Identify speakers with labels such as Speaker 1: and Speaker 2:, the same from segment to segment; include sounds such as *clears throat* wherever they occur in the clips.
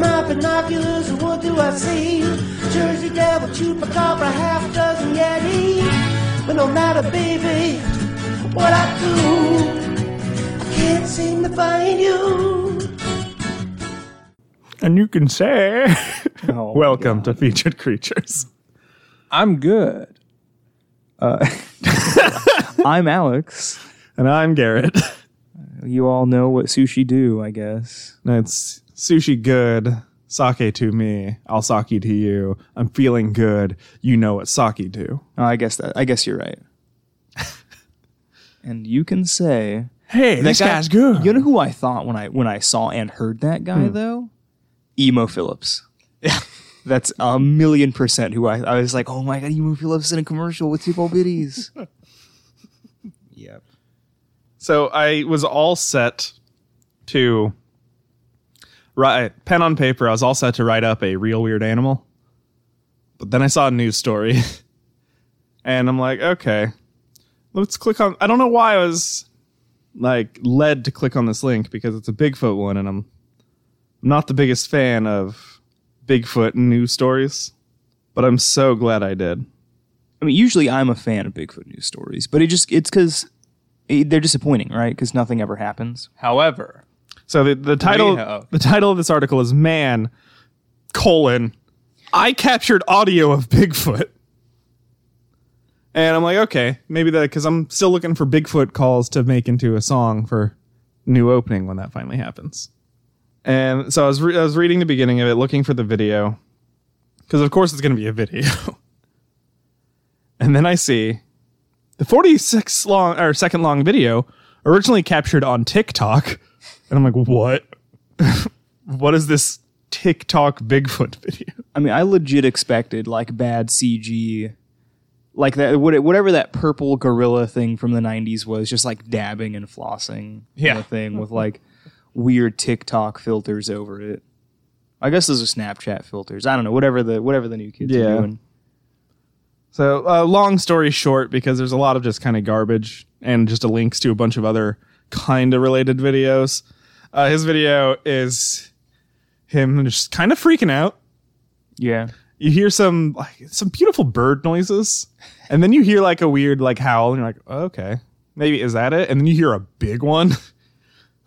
Speaker 1: binoculars, what do I see? Jersey Devil, Chupacabra, half dozen Yeti. But no matter, baby, what I do, I can't seem to find you.
Speaker 2: And you can say, *laughs*
Speaker 3: Oh,
Speaker 2: Welcome to Featured Creatures.
Speaker 4: I'm good.
Speaker 3: Uh, *laughs* I'm Alex.
Speaker 2: And I'm Garrett. *laughs*
Speaker 3: You all know what sushi do, I guess.
Speaker 2: It's sushi good, sake to me, I'll sake to you. I'm feeling good. You know what sake do.
Speaker 3: Oh, I guess that. I guess you're right. and you can say
Speaker 2: Hey, this
Speaker 3: guy-
Speaker 2: guy's good. Hmm.
Speaker 3: You know who I thought when I when I saw and heard that guy though? Emo Phillips. That's a million percent who I, I was like, oh my god, Emo Phillips in a commercial with Tipo Biddies. yep.
Speaker 2: So I was all set to write pen on paper. I was all set to write up a real weird animal, but then I saw a news story, *laughs* and I'm like, okay, let's click on. I don't know why I was like led to click on this link because it's a Bigfoot one, and I'm not the biggest fan of Bigfoot news stories, but I'm so glad I did.
Speaker 3: I mean, usually I'm a fan of Bigfoot news stories, but it just it's because they're disappointing, right? Because nothing ever happens.
Speaker 4: However,
Speaker 2: So the, the title
Speaker 4: Yeehaw.
Speaker 2: the title of this article is Man colon I captured audio of Bigfoot. And I'm like, okay, maybe that because I'm still looking for Bigfoot calls to make into a song for new opening when that finally happens. And so I was re- I was reading the beginning of it, looking for the video, because of course it's going to be a video. *laughs* and then I see the 46 long or second long video originally captured on TikTok. And I'm like, what? *laughs* what is this TikTok Bigfoot video?
Speaker 3: I mean, I legit expected like bad CG, like that what- whatever that purple gorilla thing from the '90s was, just like dabbing and flossing,
Speaker 4: Yeah.
Speaker 3: kind of thing with like weird TikTok filters over it. I guess those are Snapchat filters. I don't know, whatever the whatever the new kids
Speaker 2: Yeah.
Speaker 3: are doing.
Speaker 2: So, uh, long story short, because there's a lot of just kind of garbage and just a links to a bunch of other kind of related videos. Uh, his video is him just kind of freaking out.
Speaker 3: Yeah,
Speaker 2: You hear some like some beautiful bird noises, and then you hear like a weird like howl, and you're like, oh, okay, maybe is that it? And then you hear a big one, *laughs*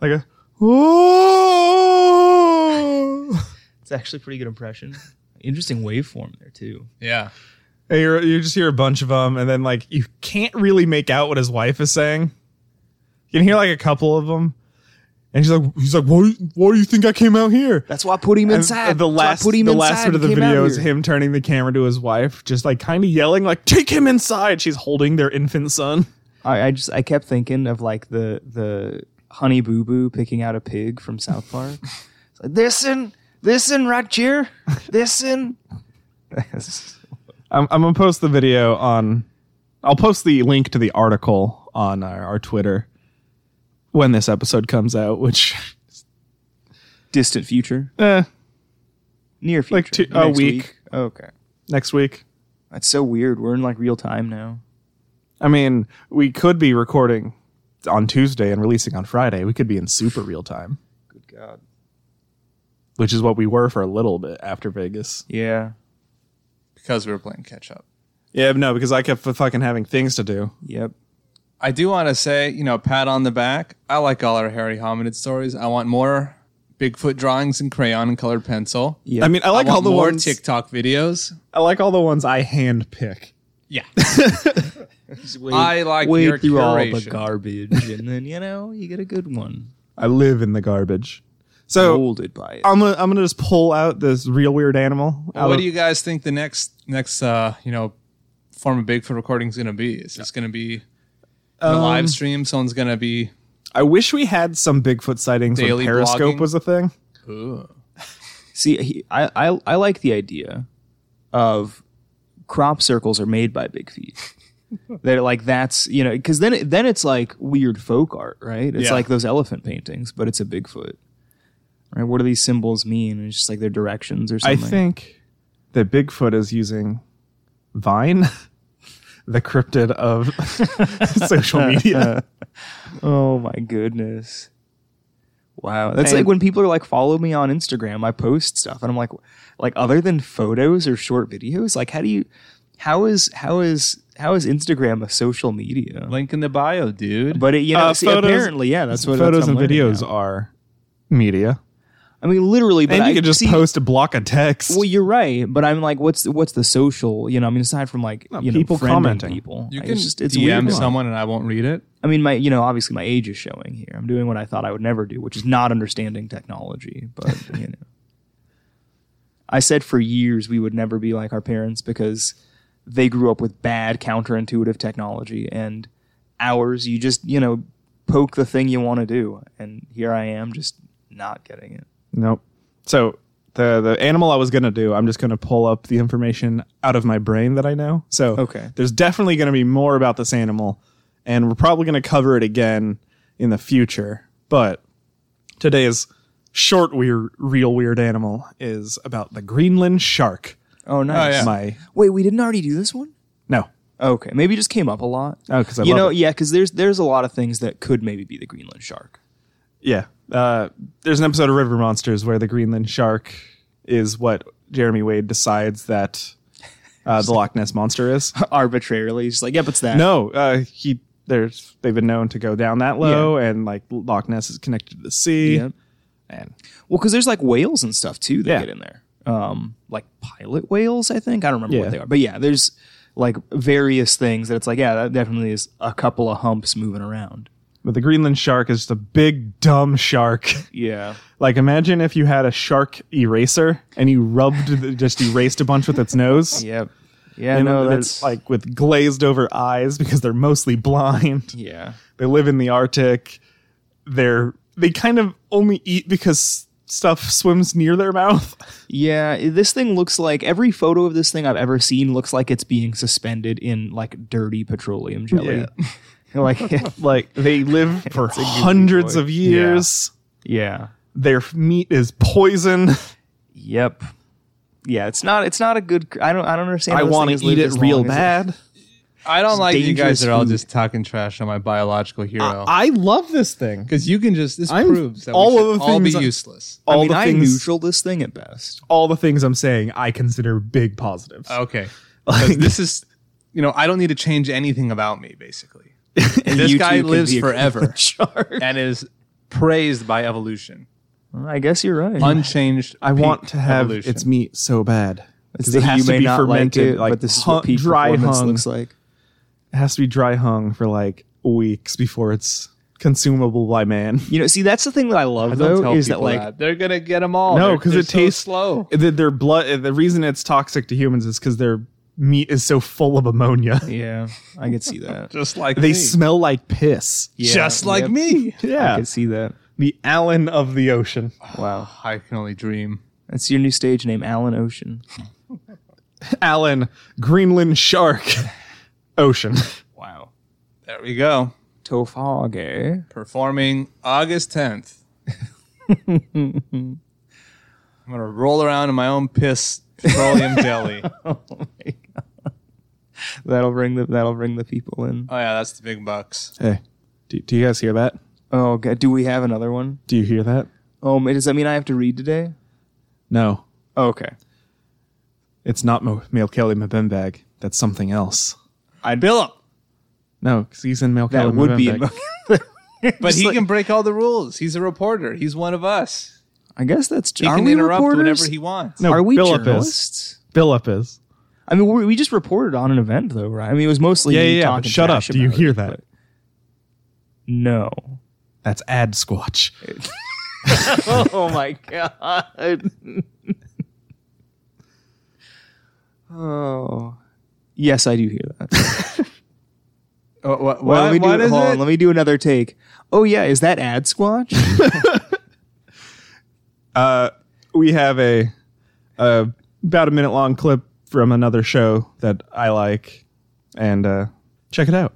Speaker 2: like a oh.
Speaker 3: it's actually a pretty good impression. Interesting waveform there too.
Speaker 4: yeah.
Speaker 2: And you're, you just hear a bunch of them, and then like you can't really make out what his wife is saying. You can hear like a couple of them, and she's like, he's like, why, why do you think I came out here?
Speaker 3: That's why I put him
Speaker 2: And
Speaker 3: inside.
Speaker 2: uh, the
Speaker 3: That's why I
Speaker 2: last,
Speaker 3: put him
Speaker 2: the
Speaker 3: inside
Speaker 2: last bit of
Speaker 3: and
Speaker 2: the
Speaker 3: came out
Speaker 2: video is
Speaker 3: here.
Speaker 2: him turning the camera to his wife, just like kind of yelling, like, take him inside. She's holding their infant son.
Speaker 3: I, I just I kept thinking of like the the Honey Boo Boo picking out a pig from South Park. It's like, listen, listen, right here, listen.
Speaker 2: I'm, I'm gonna post the video on. I'll post the link to the article on our, our Twitter when this episode comes out, which *laughs*
Speaker 3: Distant future,
Speaker 2: eh,
Speaker 3: near future,
Speaker 2: Like two- a
Speaker 3: next
Speaker 2: week.
Speaker 3: Okay,
Speaker 2: next week.
Speaker 3: that's so weird. We're in like real time now.
Speaker 2: I mean, we could be recording on Tuesday and releasing on Friday. We could be in super real time,
Speaker 3: Good God.
Speaker 2: which is what we were for a little bit after Vegas.
Speaker 3: Yeah.
Speaker 4: Because we were playing catch up.
Speaker 2: Yeah, no, because I kept fucking having things to do.
Speaker 3: Yep.
Speaker 4: I do want to say, you know, pat on the back. I like all our hairy hominid stories. I want more Bigfoot drawings in crayon and colored pencil.
Speaker 3: Yep.
Speaker 2: I mean, I like
Speaker 4: I want
Speaker 2: all the
Speaker 4: more
Speaker 2: ones.
Speaker 4: TikTok videos.
Speaker 2: I like all the ones I hand pick.
Speaker 4: Yeah.
Speaker 3: Wade,
Speaker 4: I like
Speaker 3: wade
Speaker 4: your
Speaker 3: through all the
Speaker 4: curation.
Speaker 3: garbage, and then you know you get a good one.
Speaker 2: I live in the garbage, so
Speaker 3: Molded by it.
Speaker 2: I'm gonna I'm gonna just pull out this real weird animal. out
Speaker 4: what
Speaker 2: of-
Speaker 4: do you guys think the next next uh, you know, form of Bigfoot recording is going to be? Is this going to be a live stream? Someone's going to be
Speaker 2: I wish we had some Bigfoot sightings when
Speaker 4: Daily
Speaker 2: Periscope
Speaker 4: blogging?
Speaker 2: was a thing.
Speaker 3: See, he, I, I I like the idea of crop circles are made by big feet.
Speaker 2: *laughs*
Speaker 3: They're like that's you know because then it, then it's like weird folk art, right? It's
Speaker 4: Yeah.
Speaker 3: like those elephant paintings, but it's a Bigfoot. Right? What do these symbols mean? It's just like their directions or
Speaker 2: I
Speaker 3: something.
Speaker 2: think that Bigfoot is using Vine, *laughs* the cryptid *laughs* of social media.
Speaker 3: Oh my goodness. Wow, that's
Speaker 2: And-
Speaker 3: like when people are like, "Follow me on Instagram." I post stuff, and I'm like, like other than photos or short videos, like how do you, how is how is how is Instagram a social media?
Speaker 4: Link in the bio, dude.
Speaker 3: but it, you know,
Speaker 2: Uh,
Speaker 3: see,
Speaker 2: photos-
Speaker 3: apparently, yeah, that's what that's
Speaker 2: Photos
Speaker 3: what I'm
Speaker 2: and
Speaker 3: learning
Speaker 2: videos
Speaker 3: now.
Speaker 2: are media.
Speaker 3: I mean, literally, but
Speaker 2: And
Speaker 3: I
Speaker 2: you could just
Speaker 3: see-
Speaker 2: post a block of text.
Speaker 3: Well, you're right, but I'm like, what's the, what's the social? You know, I mean, aside from like you know,
Speaker 2: people
Speaker 3: friending
Speaker 2: commenting.
Speaker 3: people,
Speaker 4: you
Speaker 3: I-
Speaker 4: can
Speaker 3: it's just it's
Speaker 4: DM
Speaker 3: weird.
Speaker 4: someone and I won't read it.
Speaker 3: I mean, my you know, obviously my age is showing here. I'm doing what I thought I would never do, which is not understanding technology. But *laughs* you know, I said for years we would never be like our parents because they grew up with bad counterintuitive technology, and ours, you just you know, poke the thing you want to do, and here I am, just not getting it.
Speaker 2: Nope. So the the animal I was gonna do, I'm just gonna pull up the information out of my brain that I know. So
Speaker 3: Okay.
Speaker 2: there's definitely gonna be more about this animal, and we're probably gonna cover it again in the future. But today's short weird real weird animal is about the Greenland shark.
Speaker 3: Oh, nice.
Speaker 4: yeah.
Speaker 2: My
Speaker 3: Wait, we didn't already do this one.
Speaker 2: no.
Speaker 3: Okay, maybe it just came up a lot.
Speaker 2: Oh, 'cause I
Speaker 3: you
Speaker 2: love
Speaker 3: know,
Speaker 2: it.
Speaker 3: yeah, because there's there's a lot of things that could maybe be the Greenland shark. *laughs*
Speaker 2: Yeah. Uh, there's an episode of River Monsters where the Greenland shark is what Jeremy Wade decides that uh, the Loch Ness monster
Speaker 3: *laughs*
Speaker 2: is.
Speaker 3: Arbitrarily, just like, yep, it's that.
Speaker 2: No, uh, he there's they've been known to go down that low, and like Loch Ness is connected to the sea,
Speaker 3: Yep.
Speaker 2: and
Speaker 3: Well, because there's like whales and stuff too that
Speaker 2: Yeah.
Speaker 3: get in there. Um, like pilot whales, I think. I don't remember
Speaker 2: Yeah.
Speaker 3: what they are, but yeah, there's like various things that it's like, yeah, that definitely is a couple of humps moving around.
Speaker 2: but the Greenland shark is just a big dumb shark. *laughs*
Speaker 3: Yeah,
Speaker 2: like imagine if you had a shark eraser and you rubbed the, just erased a bunch with its nose.
Speaker 3: yep, yeah.
Speaker 2: And
Speaker 3: no,
Speaker 2: it's,
Speaker 3: that's like,
Speaker 2: like with glazed over eyes because they're mostly blind.
Speaker 3: yeah,
Speaker 2: They live in the Arctic. They're they kind of only eat because stuff swims near their mouth. *laughs*
Speaker 3: yeah. This thing looks like every photo of this thing I've ever seen looks like it's being suspended in like dirty petroleum jelly. *laughs* like,
Speaker 2: Like they
Speaker 3: *laughs*
Speaker 2: live for hundreds
Speaker 3: boy.
Speaker 2: of years.
Speaker 3: yeah,
Speaker 2: their meat is poison.
Speaker 3: yep. Yeah, it's not. It's not a good. cr- I don't. I don't understand. how
Speaker 2: I
Speaker 3: this
Speaker 2: want
Speaker 3: thing has
Speaker 2: to eat
Speaker 3: lived
Speaker 2: it
Speaker 3: as
Speaker 2: real
Speaker 3: long as it-
Speaker 2: bad.
Speaker 4: I don't like that you
Speaker 3: dangerous
Speaker 4: guys are all
Speaker 3: food.
Speaker 4: just talking trash on my biological hero.
Speaker 2: I love this thing.
Speaker 4: Because you can just this
Speaker 2: I'm-
Speaker 4: proves that
Speaker 2: all
Speaker 4: we
Speaker 2: of
Speaker 4: should
Speaker 2: the
Speaker 4: all be
Speaker 2: things I-
Speaker 4: useless.
Speaker 2: All
Speaker 3: I mean,
Speaker 2: the
Speaker 3: I
Speaker 2: things,
Speaker 3: neutral this thing at best.
Speaker 2: all the things I'm saying, I consider big positives.
Speaker 3: Oh,
Speaker 4: Okay. 'Cause this is you know, I don't need to change anything about me,
Speaker 2: *laughs*
Speaker 4: basically. this
Speaker 3: you too
Speaker 4: guy
Speaker 3: can
Speaker 4: lives
Speaker 3: be a
Speaker 4: forever
Speaker 3: shark.
Speaker 4: and is praised by evolution.
Speaker 3: I guess you're right.
Speaker 4: Unchanged.
Speaker 2: I want to have
Speaker 4: evolution.
Speaker 2: its meat so bad.
Speaker 3: It's
Speaker 2: 'Cause
Speaker 3: that you may not like it, but this is
Speaker 2: hu-
Speaker 3: what peak
Speaker 2: dry
Speaker 3: performance
Speaker 2: hung.
Speaker 3: looks like.
Speaker 2: It has to be dry hung for like weeks before it's consumable by man.
Speaker 3: You know, see, that's the thing that I love
Speaker 4: Don't
Speaker 3: though
Speaker 4: tell
Speaker 3: is that
Speaker 4: people
Speaker 3: like
Speaker 4: they're gonna get them
Speaker 3: Oh,
Speaker 4: all.
Speaker 2: No,
Speaker 4: They're-
Speaker 2: because
Speaker 4: they're
Speaker 2: it
Speaker 4: so
Speaker 2: tastes
Speaker 4: slow.
Speaker 2: Their, their blood. The reason it's toxic to humans is because their meat is so full of ammonia.
Speaker 3: *laughs* yeah, I could see that.
Speaker 4: Just like
Speaker 2: They
Speaker 4: me.
Speaker 2: smell like piss.
Speaker 3: Yeah,
Speaker 4: just like
Speaker 2: *laughs*
Speaker 3: yep.
Speaker 4: me.
Speaker 3: I
Speaker 2: Yeah,
Speaker 3: could see that.
Speaker 2: the Allen of the ocean.
Speaker 3: Wow,
Speaker 4: I can only dream.
Speaker 3: that's your new stage name, Alan Ocean.
Speaker 2: Alan, Greenland shark, *laughs* ocean.
Speaker 3: Wow,
Speaker 4: There we go.
Speaker 3: Tofage.
Speaker 4: Performing
Speaker 3: *laughs*
Speaker 4: August 10th. I'm gonna roll around in my own piss
Speaker 3: *laughs*
Speaker 4: petroleum jelly. Oh
Speaker 3: That'll bring the that'll bring the people in.
Speaker 4: Oh, yeah, that's the big bucks.
Speaker 2: Hey, do, do you guys hear that?
Speaker 3: Oh, God, do we have another one?
Speaker 2: Do you hear that?
Speaker 3: Oh, ma- does that mean I have to read today? Oh,
Speaker 2: No,
Speaker 3: Okay,
Speaker 2: it's not Mo- Male Kelly Mbembag. That's something else.
Speaker 3: I'd bill up.
Speaker 2: No, because he's in Male
Speaker 3: That
Speaker 2: Kelly
Speaker 3: would be.
Speaker 2: Mbembag.
Speaker 3: emo-
Speaker 4: But he
Speaker 3: like-
Speaker 4: can break all the rules. He's a reporter. He's one of us.
Speaker 3: *laughs* I guess that's.
Speaker 4: He
Speaker 3: are
Speaker 4: can
Speaker 3: we
Speaker 4: interrupt
Speaker 3: reporters?
Speaker 4: whatever he wants.
Speaker 2: No,
Speaker 3: Are we
Speaker 2: Billup is.
Speaker 3: journalists?
Speaker 2: Billup is.
Speaker 3: I mean, we we just reported on an event, though, right? I mean, it was mostly
Speaker 2: Yeah,
Speaker 3: you
Speaker 2: yeah, yeah.
Speaker 3: talking
Speaker 2: but Shut up.
Speaker 3: trash
Speaker 2: Do you
Speaker 3: about
Speaker 2: hear
Speaker 3: it,
Speaker 2: that?
Speaker 3: but- No.
Speaker 2: That's ad squatch.
Speaker 3: *laughs* Oh my god. *laughs* oh. Yes, I do hear that. Uh,
Speaker 4: Oh, wha- what,
Speaker 3: Well, let me do,
Speaker 4: what is
Speaker 3: hold
Speaker 4: it?
Speaker 3: on, let me do another take. Oh yeah, is that ad squatch?
Speaker 2: *laughs* We have a, a about a minute long clip from another show that I like, and uh, check it out.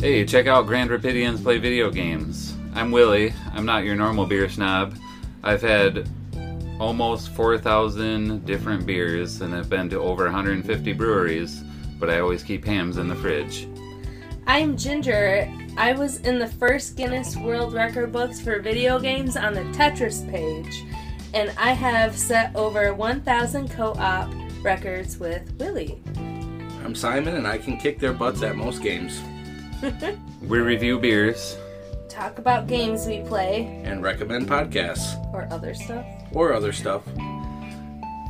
Speaker 5: Hey, check out Grand Rapidians Play Video Games. I'm Willie. I'm not your normal beer snob. I've had almost 4,000 different beers and have been to over 150 breweries, but I always keep hams in the fridge.
Speaker 6: I'm Ginger. I was in the first Guinness World Record books for video games on the Tetris page, and I have set over 1,000 co op records with Willie.
Speaker 7: I'm Simon, and I can kick their butts at most games
Speaker 5: We review beers.
Speaker 6: Talk about games we play
Speaker 7: and recommend podcasts
Speaker 6: or other stuff.
Speaker 7: or other stuff.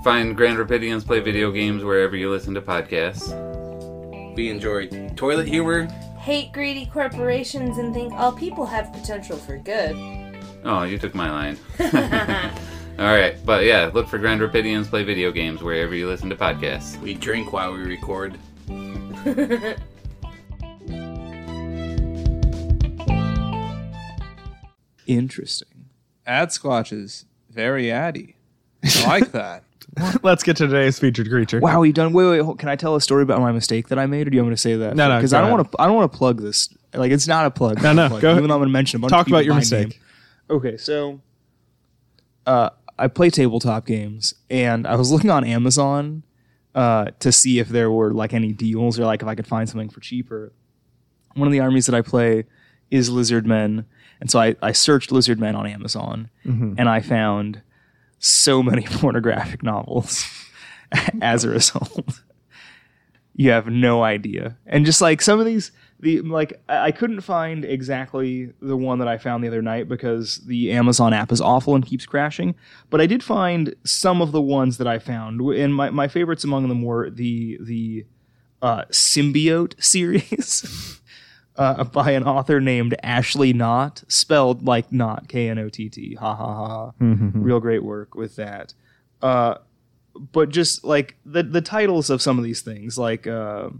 Speaker 5: Find Grand Rapidians play video games wherever you listen to podcasts.
Speaker 7: We enjoy toilet humor.
Speaker 6: Hate greedy corporations and think all people have potential for good.
Speaker 5: Oh, you took my line. *laughs* All right, but yeah, look for Grand Rapidians play video games wherever you listen to podcasts.
Speaker 7: We drink while we record.
Speaker 3: Interesting.
Speaker 4: Ad squatches. Very addy.
Speaker 3: *laughs*
Speaker 4: I like that.
Speaker 2: Let's get to today's featured creature.
Speaker 3: Wow, you done? Wait, wait. hold- Can I tell a story about my mistake that I made, or do you want me to say that?
Speaker 2: No, no,
Speaker 3: Because
Speaker 2: go
Speaker 3: I don't
Speaker 2: ahead.
Speaker 3: want to. I don't want to plug this. Like, it's not a plug.
Speaker 2: No, no,
Speaker 3: Plug,
Speaker 2: go ahead.
Speaker 3: Even though I'm going to mention a bunch of
Speaker 2: Talk
Speaker 3: people
Speaker 2: about your
Speaker 3: by
Speaker 2: mistake.
Speaker 3: name. Okay, so uh, I play tabletop games, and I was *laughs* looking on Amazon uh, to see if there were like any deals or like if I could find something for cheaper. One of the armies that I play is Lizard Men, and so I, I searched Lizard Men on Amazon, and I found so many *laughs* pornographic novels *laughs* as a result. you have no idea. And just like some of these, the like I I couldn't find exactly the one that I found the other night because the Amazon app is awful and keeps crashing. But I did find some of the ones that I found, and my, my favorites among them were the the uh, symbiote *laughs* series. *laughs* Uh, by an author named Ashley Knott, spelled like Knott, K N O T T. Ha ha ha. ha. Real great work with that. Uh, but just like the the titles of some of these things, like uh,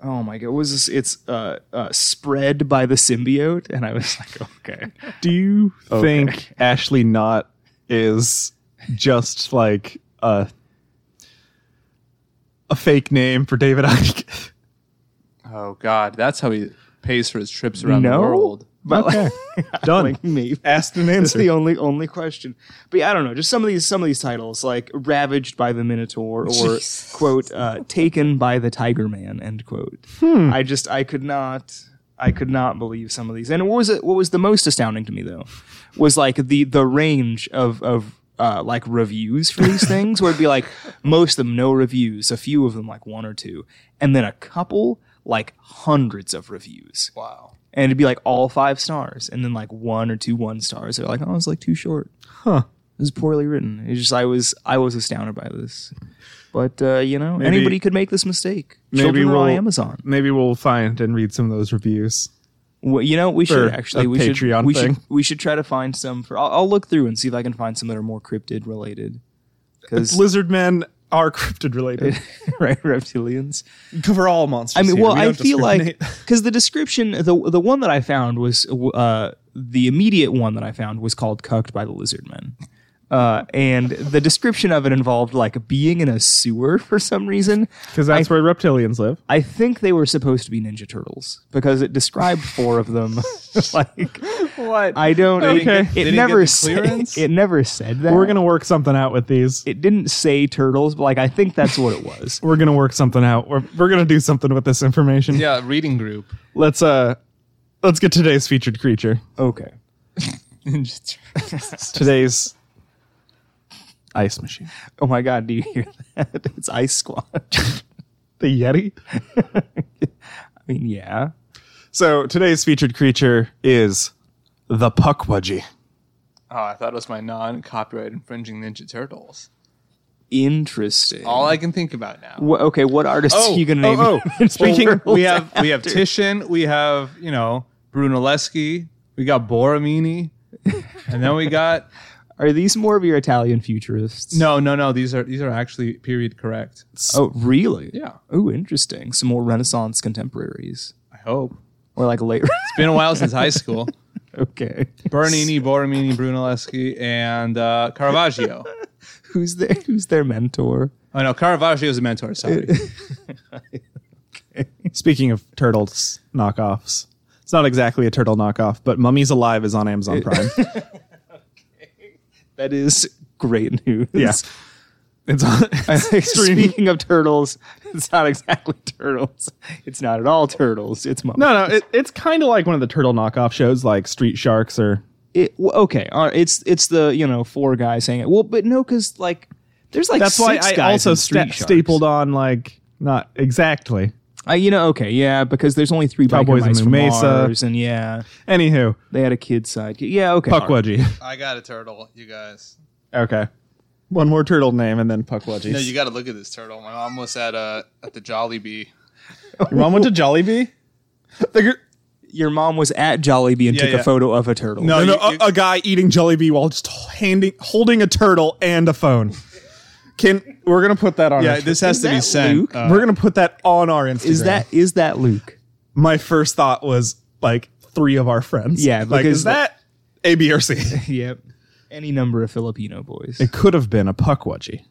Speaker 3: oh my god, what was this? It's uh, uh, spread by the symbiote, and I was *laughs* like, okay,
Speaker 2: Do you think Ashley Knott is just like a a fake name for David Icke? *laughs*
Speaker 4: Oh God, that's how he pays for his trips around
Speaker 3: no,
Speaker 4: the world.
Speaker 3: but like,
Speaker 2: Done.
Speaker 3: like *laughs* maybe
Speaker 2: Asked and
Speaker 3: That's
Speaker 2: answered.
Speaker 3: the only only question. But yeah, I don't know. Just some of these some of these titles like "Ravaged by the Minotaur" or quote uh, "Taken by the Tiger Man" end quote.
Speaker 2: Hmm.
Speaker 3: I just I could not I could not believe some of these. And what was it? What was the most astounding to me though was like the the range of of. Uh, like reviews for
Speaker 2: *laughs*
Speaker 3: these things, where it'd be like most of them no reviews, a few of them like one or two, and then a couple like hundreds of reviews
Speaker 4: Wow.
Speaker 3: and it'd be like all five stars, and then like one or two one stars. They're like, oh, it's like too short. Huh? It was poorly written. It's just I was I was astounded by this, but uh, you know
Speaker 2: Maybe-
Speaker 3: anybody could make this mistake.
Speaker 2: maybe
Speaker 3: Children are on
Speaker 2: we'll-
Speaker 3: Amazon.
Speaker 2: Maybe we'll find and read some of those reviews.
Speaker 3: Well, you know we
Speaker 2: Or
Speaker 3: should
Speaker 2: a
Speaker 3: actually we should
Speaker 2: Patreon
Speaker 3: we
Speaker 2: thing.
Speaker 3: should we should try to find some for. I'll, I'll look through and see if I can find some that are more cryptid related. Because
Speaker 2: Lizard men are *laughs* cryptid related.
Speaker 3: *laughs* right, reptilians.
Speaker 2: Cover all monsters.
Speaker 3: I mean,
Speaker 2: here.
Speaker 3: well,
Speaker 2: We
Speaker 3: I
Speaker 2: don't
Speaker 3: feel like
Speaker 2: *laughs* discriminate.
Speaker 3: because the description, the the one that I found was uh, the immediate one that I found was called "Cucked by the Lizard Men," uh, and the description of it involved like being in a sewer *laughs* for some reason.
Speaker 2: because that's where reptilians live.
Speaker 3: I think they were supposed to be Ninja Turtles because it described four of them. *laughs* like
Speaker 2: What?
Speaker 3: I don't.
Speaker 4: They
Speaker 3: It,
Speaker 4: didn't get- they
Speaker 3: it
Speaker 4: didn't
Speaker 3: never
Speaker 4: get the
Speaker 3: said,
Speaker 4: clearance?
Speaker 3: it never said that.
Speaker 2: We're gonna work something out with these.
Speaker 3: It didn't say turtles, but like I think that's what it
Speaker 4: *laughs*
Speaker 3: was.
Speaker 2: We're gonna work something out. We're, we're gonna do something with this information.
Speaker 4: Yeah, reading group.
Speaker 2: Let's uh, let's get today's featured creature.
Speaker 3: okay.
Speaker 2: Today's ice machine.
Speaker 3: Oh my god, do you hear that? *laughs* It's Ice Squad.
Speaker 2: The Yeti.
Speaker 3: *laughs* I mean, yeah.
Speaker 2: So today's featured creature is the Puckwudgie.
Speaker 4: Oh, I thought it was my non-copyright infringing Ninja Turtles.
Speaker 3: Interesting.
Speaker 4: All I can think about now.
Speaker 3: Wha- okay, what artist are you gonna name? *laughs*
Speaker 4: oh, oh.
Speaker 3: Speaking,
Speaker 4: we have we have Titian, we have you know Brunelleschi, we got Borromini, and then we got
Speaker 3: Are these more of your Italian futurists?
Speaker 4: no no no these are these are actually period correct.
Speaker 3: Oh, really?
Speaker 4: Yeah,
Speaker 3: Oh, interesting. Some more Renaissance contemporaries,
Speaker 4: I hope
Speaker 3: or like
Speaker 4: *laughs*
Speaker 3: later.
Speaker 4: it's been a while since high school.
Speaker 3: *laughs* okay.
Speaker 4: Bernini, Borromini, Brunelleschi, and uh, Caravaggio.
Speaker 3: Who's their Who's their mentor?
Speaker 4: Oh no, Caravaggio is a mentor. Sorry,
Speaker 2: Speaking of turtles knockoffs, it's not exactly a turtle knockoff, but Mummies Alive is on
Speaker 3: *laughs*
Speaker 2: Amazon Prime.
Speaker 3: That is great news.
Speaker 2: Yeah. It's on *laughs* extreme.
Speaker 3: *laughs* Speaking of turtles, it's not exactly turtles. It's not at all turtles. It's Muppets.
Speaker 2: No, no, it, it's kind of like one of the turtle knockoff shows, like Street Sharks or
Speaker 3: It, well, okay, all right, it's it's the you know four guys saying it. Well, but no, because like there's like
Speaker 2: That's why
Speaker 3: six
Speaker 2: I
Speaker 3: guys
Speaker 2: also
Speaker 3: in Street
Speaker 2: sta-
Speaker 3: Sharks.
Speaker 2: stapled on like not exactly.
Speaker 3: Uh, you know, okay, yeah, because there's only three
Speaker 2: Cowboys
Speaker 3: biker
Speaker 2: and
Speaker 3: mice from
Speaker 2: Mesa.
Speaker 3: Mars, and yeah,
Speaker 2: Anywho,
Speaker 3: they had a kid side. Yeah, okay, all right.
Speaker 2: Puckwudgie.
Speaker 4: I got a turtle, you guys.
Speaker 2: okay, one more turtle name and then Puckwudgie.
Speaker 4: No, you got to look at this turtle. My mom was at uh at the Jolly Bee.
Speaker 2: Your mom went to Jollibee. The gr-
Speaker 3: Your mom was at Jollibee and
Speaker 4: Yeah,
Speaker 3: took
Speaker 4: yeah.
Speaker 3: a photo of a turtle.
Speaker 2: no,
Speaker 4: you-
Speaker 2: no,
Speaker 4: you-
Speaker 2: a, a guy eating Jollibee while just handing holding a turtle and a phone. Can we're gonna put that on? our-
Speaker 4: Yeah, this has
Speaker 3: Is
Speaker 4: to be
Speaker 3: that
Speaker 4: sent.
Speaker 3: Luke?
Speaker 4: Uh,
Speaker 2: we're gonna put that on our Instagram.
Speaker 3: is that is that Luke?
Speaker 2: my first thought was like three of our friends?
Speaker 3: Yeah,
Speaker 2: like
Speaker 3: because
Speaker 2: is that A, B, or C?
Speaker 3: *laughs* Yep. Any number of Filipino boys.
Speaker 2: It could have been a Puckwudgie.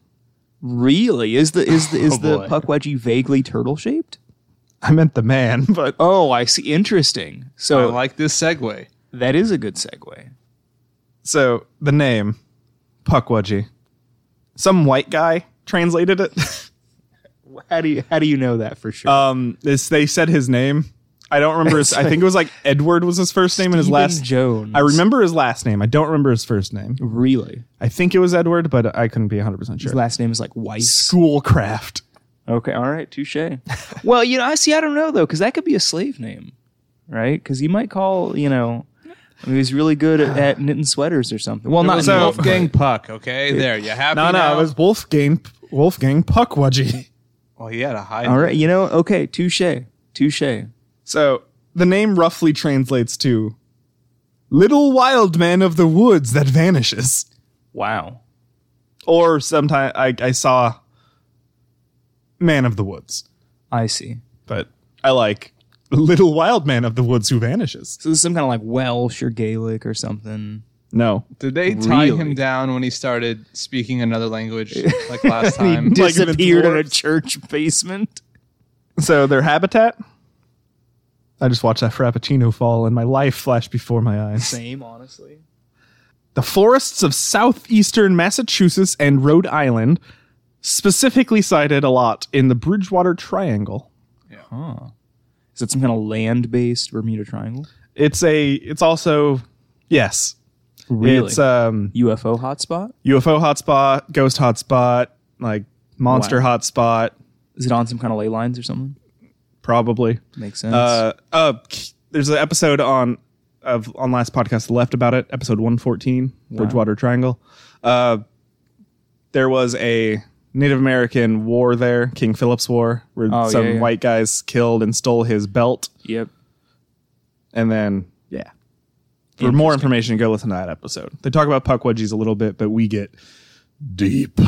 Speaker 3: Really? Is the is the is the
Speaker 4: boy.
Speaker 3: Puckwudgie vaguely turtle shaped?
Speaker 2: I meant the man, *laughs* but
Speaker 3: Oh, I see. Interesting.
Speaker 4: I
Speaker 3: So
Speaker 4: like this segue.
Speaker 3: that is a good segue.
Speaker 2: so the name Puckwudgie. Some white guy translated it. *laughs*
Speaker 3: How do you how do you know that for sure?
Speaker 2: Um, this they said his name. I don't remember. His, I think it was like Edward was his first name and his
Speaker 3: Stephen
Speaker 2: last.
Speaker 3: Jones.
Speaker 2: I remember his last name. I don't remember his first name.
Speaker 3: Really,
Speaker 2: I think it was Edward, but I couldn't be 100 percent
Speaker 3: his
Speaker 2: sure.
Speaker 3: last name is like Weiss.
Speaker 2: Schoolcraft.
Speaker 3: Okay, all right, touche. *laughs* well, you know, I see. I don't know though, because that could be a slave name, right? Because you might call, you know, I mean, he's really good at, at knitting sweaters or something. Well,
Speaker 4: It
Speaker 3: not
Speaker 4: was
Speaker 2: so-
Speaker 4: Wolfgang Puck. Okay, there. You happy?
Speaker 2: No, no,
Speaker 4: now?
Speaker 2: it was Wolfgang Wolfgang Puckwudgie.
Speaker 4: Well, he had a high.
Speaker 3: all right. You know, okay, touche, touche.
Speaker 2: *laughs* So the name roughly translates to "Little Wild Man of the Woods that Vanishes,"
Speaker 3: Wow.
Speaker 2: or sometime I, I saw "Man of the Woods,"
Speaker 3: I see.
Speaker 2: but I like "Little Wild Man of the Woods who vanishes."
Speaker 3: So this is some kind of like Welsh or Gaelic or something.
Speaker 2: No,
Speaker 4: Did they tie
Speaker 3: Really?
Speaker 4: him down when he started speaking
Speaker 2: *laughs*
Speaker 4: another language like last time?
Speaker 2: Like the
Speaker 3: Disappeared in a
Speaker 2: dwarves.
Speaker 3: church basement.
Speaker 2: So their habitat. I just watched that Frappuccino fall and my life flashed before my eyes.
Speaker 3: Same, honestly.
Speaker 2: The forests of southeastern Massachusetts and Rhode Island, specifically cited a lot in the Bridgewater Triangle.
Speaker 3: Is it some kind of land-based Bermuda Triangle?
Speaker 2: It's a. It's also, yes,
Speaker 3: Really?
Speaker 2: it's um
Speaker 3: UFO hotspot?
Speaker 2: UFO hotspot, ghost hotspot, like monster hotspot,
Speaker 3: Is it on some kind of ley lines or something?
Speaker 2: probably.
Speaker 3: Makes sense.
Speaker 2: Uh, uh, there's an episode on of on last podcast left about it, episode 114, Bridgewater Triangle. Uh, there was a Native American war there, King Philip's War, where
Speaker 3: Oh,
Speaker 2: some
Speaker 3: yeah, yeah.
Speaker 2: white guys killed and stole his belt,
Speaker 3: yep.
Speaker 2: and then yeah. For more information, go listen to that episode. They talk about puckwudgies a little bit, but we get deep.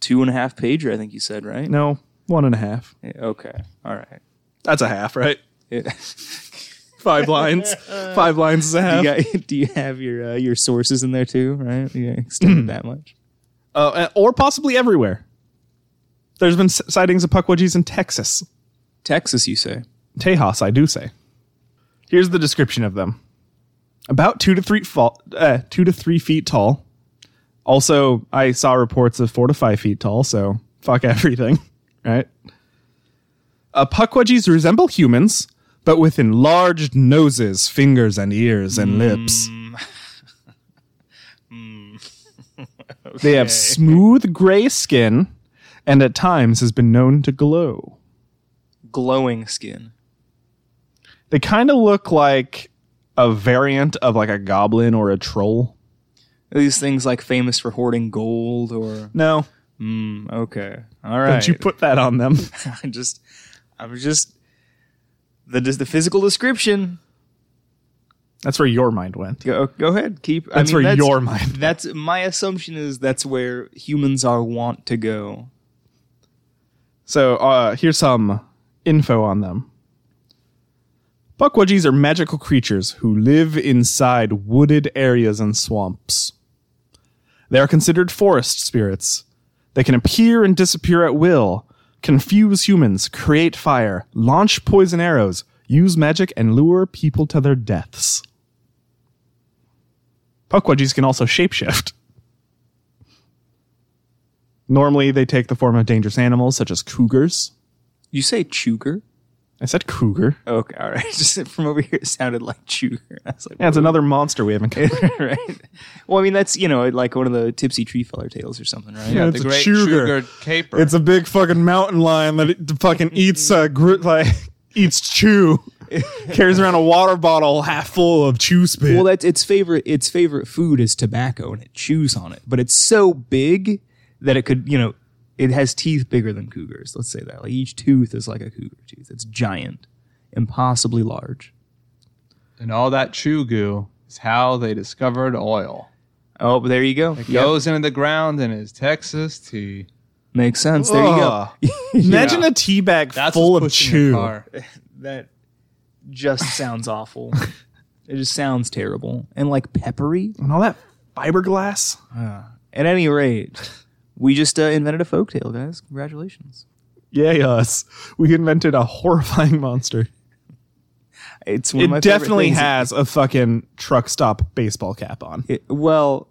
Speaker 3: Two and a half pager, I think you said, right?
Speaker 2: No, one and a half.
Speaker 3: Yeah, Okay. All right. *laughs*
Speaker 2: That's a half, right?
Speaker 3: Yeah.
Speaker 2: Five
Speaker 3: *laughs*
Speaker 2: lines. Five lines is a half.
Speaker 3: You got, *laughs* do you have your uh, your sources in there too? Right? You
Speaker 2: *clears throat*
Speaker 3: extended that much.
Speaker 2: uh, or possibly everywhere. There's been s- sightings of puckwudgies in Texas.
Speaker 3: Texas, you say?
Speaker 2: Tejas, I do say. Here's the description of them: about two to three fall, uh, two to three feet tall. Also, I saw reports of four to five feet tall. So fuck *laughs* everything, right? Uh, puckwudgies resemble humans, but with enlarged noses, fingers, and ears and lips. They have smooth gray skin, and at times has been known to glow.
Speaker 3: Glowing skin.
Speaker 2: They kind of look like a variant of like a goblin or a troll.
Speaker 3: Are these things like famous for hoarding gold or?
Speaker 2: No,
Speaker 3: Mm, okay. All right.
Speaker 2: don't you put that on them. *laughs*
Speaker 3: *laughs* I just, I'm just the the physical description.
Speaker 2: That's where your mind went.
Speaker 3: Go, go ahead. Keep. I
Speaker 2: That's
Speaker 3: mean,
Speaker 2: where
Speaker 3: that's,
Speaker 2: your mind.
Speaker 3: *laughs* That's my assumption is that's where humans are want to go.
Speaker 2: So uh, here's some info on them. Buckwudgies are magical creatures who live inside wooded areas and swamps. They are considered forest spirits. They can appear and disappear at will, confuse humans, create fire, launch poison arrows, use magic, and lure people to their deaths. Buckwudgies can also shapeshift. Normally, they take the form of dangerous animals such as cougars.
Speaker 3: You say Chuger?
Speaker 2: I said cougar.
Speaker 3: Okay, all right. *laughs* Just from over here, it sounded like Chuger. *laughs* I was like,
Speaker 2: Yeah, it's another monster we haven't. covered.
Speaker 3: *laughs* right. Well, I mean, that's you know, like one of the Tipsy Tree Feller tales or something, right?
Speaker 2: *laughs* Yeah,
Speaker 4: the
Speaker 2: it's a
Speaker 4: great
Speaker 2: cougar.
Speaker 4: sugar Mm-hmm. caper.
Speaker 2: It's a big fucking mountain lion that it fucking eats uh, gr- like *laughs* eats
Speaker 4: *laughs*
Speaker 2: chew. Carries around a water bottle half full of chew spit.
Speaker 3: Well, that's its favorite. Its favorite food is tobacco, and it chews on it. But it's so big that it could, you know, it has teeth bigger than cougars. Let's say that. Like each tooth is like a cougar tooth. It's giant, impossibly large.
Speaker 4: and all that chew goo is how they discovered oil.
Speaker 3: Oh, but there you go. Yep.
Speaker 4: Goes into the ground and is Texas tea.
Speaker 3: Makes sense. There
Speaker 2: Ugh.
Speaker 3: you go.
Speaker 2: Imagine a tea bag
Speaker 4: That's
Speaker 2: full
Speaker 4: what's
Speaker 2: of
Speaker 4: pushing your
Speaker 2: chew.
Speaker 4: car.
Speaker 3: that just sounds awful. *laughs* it just sounds terrible and like peppery.
Speaker 2: and all that fiberglass.
Speaker 3: At any rate, we just uh, invented a folktale, guys. Congratulations.
Speaker 2: Yay us! We invented a horrifying monster.
Speaker 3: It's one of my
Speaker 2: It
Speaker 3: favorite
Speaker 2: definitely
Speaker 3: things.
Speaker 2: has a fucking truck stop baseball cap on.
Speaker 3: It- well,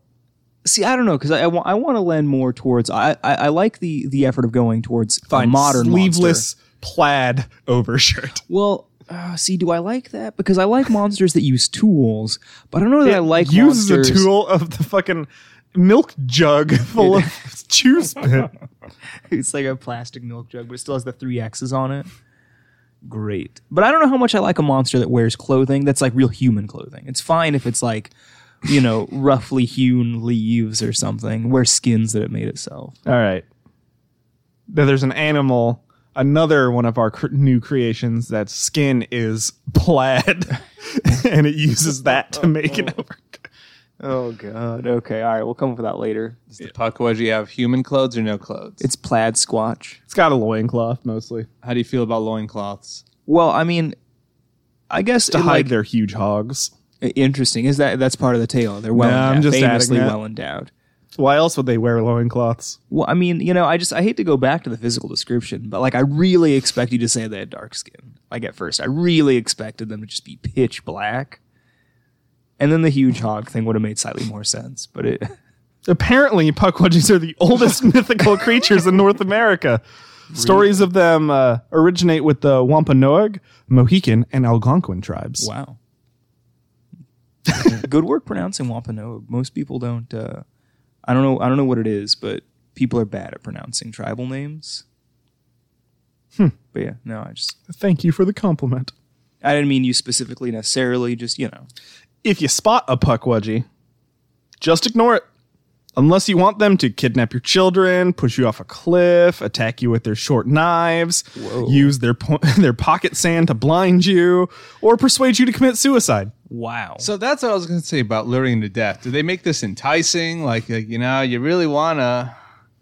Speaker 3: see, I don't know because I, I, wa- I want to lend more towards. I, I I like the the effort of going towards a
Speaker 2: Fine,
Speaker 3: modern monster.
Speaker 2: sleeveless plaid overshirt.
Speaker 3: Well. Uh, see, do I like that? Because I like monsters that use tools, but I don't know that I like
Speaker 2: uses
Speaker 3: monsters.
Speaker 2: a tool of the fucking milk jug *laughs* full of
Speaker 3: *laughs*
Speaker 2: chew spit.
Speaker 3: it's like a plastic milk jug, but it still has the three X's on it. Great. But I don't know how much I like a monster that wears clothing that's like real human clothing. It's fine if it's like, you know, *laughs* roughly hewn leaves or something, wear skins that it made itself.
Speaker 2: All right. Now there's an animal, another one of our cr- new creations that skin is plaid, *laughs* and it uses that to make
Speaker 3: *laughs*
Speaker 2: an overcoat.
Speaker 3: Oh, God. Okay. All right. We'll come up with that later.
Speaker 4: Does the puck wedgie have human clothes or no clothes?
Speaker 3: It's plaid squatch.
Speaker 2: It's got a loincloth mostly
Speaker 4: How do you feel about loincloths?
Speaker 3: Well, I mean, I guess
Speaker 2: to
Speaker 3: it,
Speaker 2: hide
Speaker 3: like,
Speaker 2: their huge hogs.
Speaker 3: interesting is that that's part of the tale. They're well
Speaker 2: Nah, I'm
Speaker 3: endowed,
Speaker 2: just adding
Speaker 3: famously
Speaker 2: that.
Speaker 3: well endowed.
Speaker 2: Why else would they wear loincloths?
Speaker 3: Well, I mean, you know, I just I hate to go back to the physical description, but like I really expect you to say they had dark skin. Like at first, I really expected them to just be pitch black, and then the huge hog thing would have made slightly more sense. But it *laughs*
Speaker 2: Apparently, puckwudgies are the *laughs* oldest mythical creatures in North America. Stories of them uh, originate with the Wampanoag, Mohican, and Algonquin tribes.
Speaker 3: wow, *laughs* good work pronouncing Wampanoag. Most people don't. Uh, I don't know. I don't know what it is, but people are bad at pronouncing tribal names. But yeah, no, I just
Speaker 2: Thank you for the compliment.
Speaker 3: I didn't mean you specifically necessarily. Just you know,
Speaker 2: if you spot a puckwudgie, just ignore it. Unless you want them to kidnap your children, push you off a cliff, attack you with their short knives, use their po- *laughs* their pocket sand to blind you, or persuade you to commit suicide.
Speaker 3: wow.
Speaker 4: So that's what I was going to say about luring to death. Do they make this enticing? Like, like you know, you really want to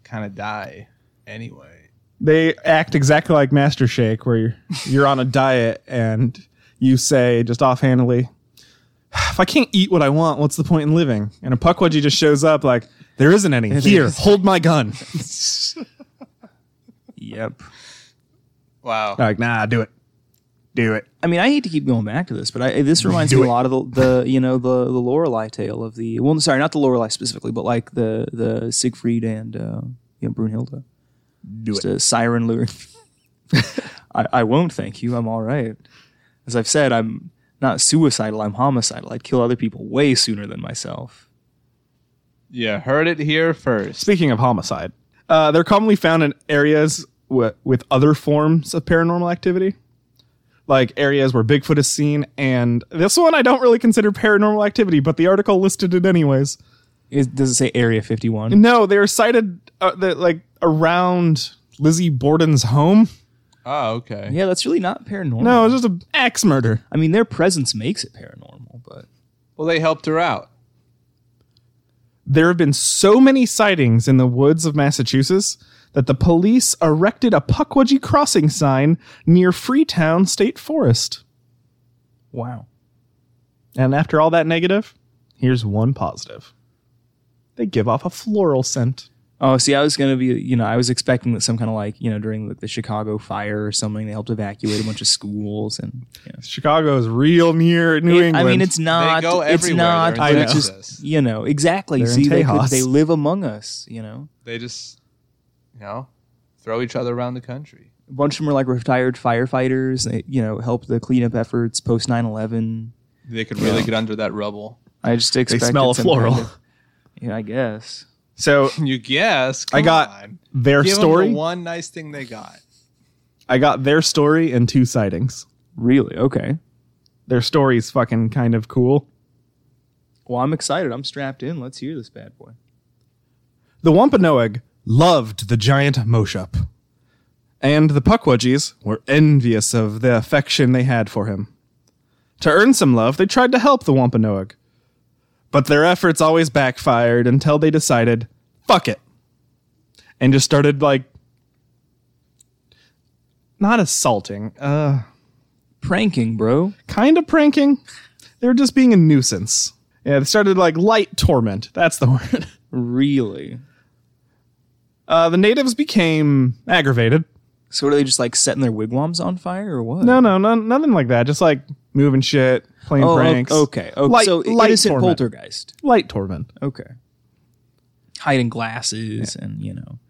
Speaker 4: kind of die anyway.
Speaker 2: They act exactly like Master Shake, where you're, you're on a diet and you say just offhandedly, "If I can't eat what I want, what's the point in living?" And a puckwudgie just shows up like, "There isn't any. Here, hold my gun."
Speaker 3: yep.
Speaker 4: Wow.
Speaker 2: They're like, nah, do it, do it.
Speaker 3: I mean, I hate to keep going back to this, but I, this reminds me a lot of the, the you know the the Lorelei tale of the well, sorry, not the Lorelei specifically, but like the the Siegfried and uh, you know, Brunhilde. Do Just a siren lure. *laughs* I, I won't, thank you. I'm all right. As I've said, I'm not suicidal. I'm homicidal. I'd kill other people way sooner than myself.
Speaker 4: You heard it here first.
Speaker 2: Speaking of homicide, uh, they're commonly found in areas w- with other forms of paranormal activity, like areas where Bigfoot is seen. And this one I don't really consider paranormal activity, but the article listed it anyways.
Speaker 3: It, does it say Area 51?
Speaker 2: No, they are cited uh, the, like around Lizzie Borden's home.
Speaker 4: Oh, okay.
Speaker 3: Yeah, that's really not paranormal.
Speaker 2: No, it's just an axe murder.
Speaker 3: I mean, their presence makes it paranormal, but
Speaker 4: Well, they helped her out.
Speaker 2: there have been so many sightings in the woods of Massachusetts that the police erected a Puckwudgie crossing sign near Freetown State Forest.
Speaker 3: wow.
Speaker 2: And after all that negative, here's one positive. They give off a floral scent.
Speaker 3: Oh, see, I was gonna be, you know, I was expecting that some kind of like, you know, during like the Chicago fire or something, they helped evacuate a bunch of schools and. You know.
Speaker 2: Chicago is real near New
Speaker 3: It- I
Speaker 2: England.
Speaker 3: mean, it's not.
Speaker 4: go
Speaker 3: it's
Speaker 4: everywhere.
Speaker 3: not.
Speaker 4: They're
Speaker 2: in
Speaker 3: but it's
Speaker 4: Texas.
Speaker 3: just, you know, exactly.
Speaker 2: They're in
Speaker 3: see, they, could,
Speaker 2: Tejas.
Speaker 3: they live among us. You know,
Speaker 4: They just You know, throw each other around the country.
Speaker 3: A bunch of them were like retired firefighters. They, you know, helped the cleanup efforts post 9-11.
Speaker 4: They could really get under that rubble.
Speaker 3: I just expected
Speaker 2: smell a
Speaker 3: some
Speaker 2: floral.
Speaker 3: kind of- yeah, I guess.
Speaker 2: So
Speaker 4: You guess.
Speaker 2: I
Speaker 4: Come
Speaker 2: got
Speaker 4: on.
Speaker 2: their
Speaker 4: Give 'em the
Speaker 2: story.
Speaker 4: one nice thing they got.
Speaker 2: I got their story and two sightings.
Speaker 3: Really? Okay.
Speaker 2: Their story's fucking kind of cool.
Speaker 3: Well, I'm excited. I'm strapped in. Let's hear this bad boy.
Speaker 2: The Wampanoag loved the giant Moshup, and the Puckwudgies were envious of the affection they had for him. To earn some love, they tried to help the Wampanoag, but their efforts always backfired until they decided, fuck it, and just started like not assaulting, uh,
Speaker 3: Pranking, bro.
Speaker 2: kind of pranking. They were just being a nuisance. Yeah, they started like light torment. That's the *laughs* word.
Speaker 3: Really?
Speaker 2: Uh, the natives became aggravated.
Speaker 3: So what are they just like setting their wigwams on fire or what?
Speaker 2: No, no, no, nothing like that. Just like moving shit, playing
Speaker 3: Oh,
Speaker 2: pranks.
Speaker 3: okay. Okay.
Speaker 2: Light-
Speaker 3: so
Speaker 2: light
Speaker 3: innocent
Speaker 2: torment.
Speaker 3: poltergeist.
Speaker 2: Light torment.
Speaker 3: Okay. Hiding glasses and you know.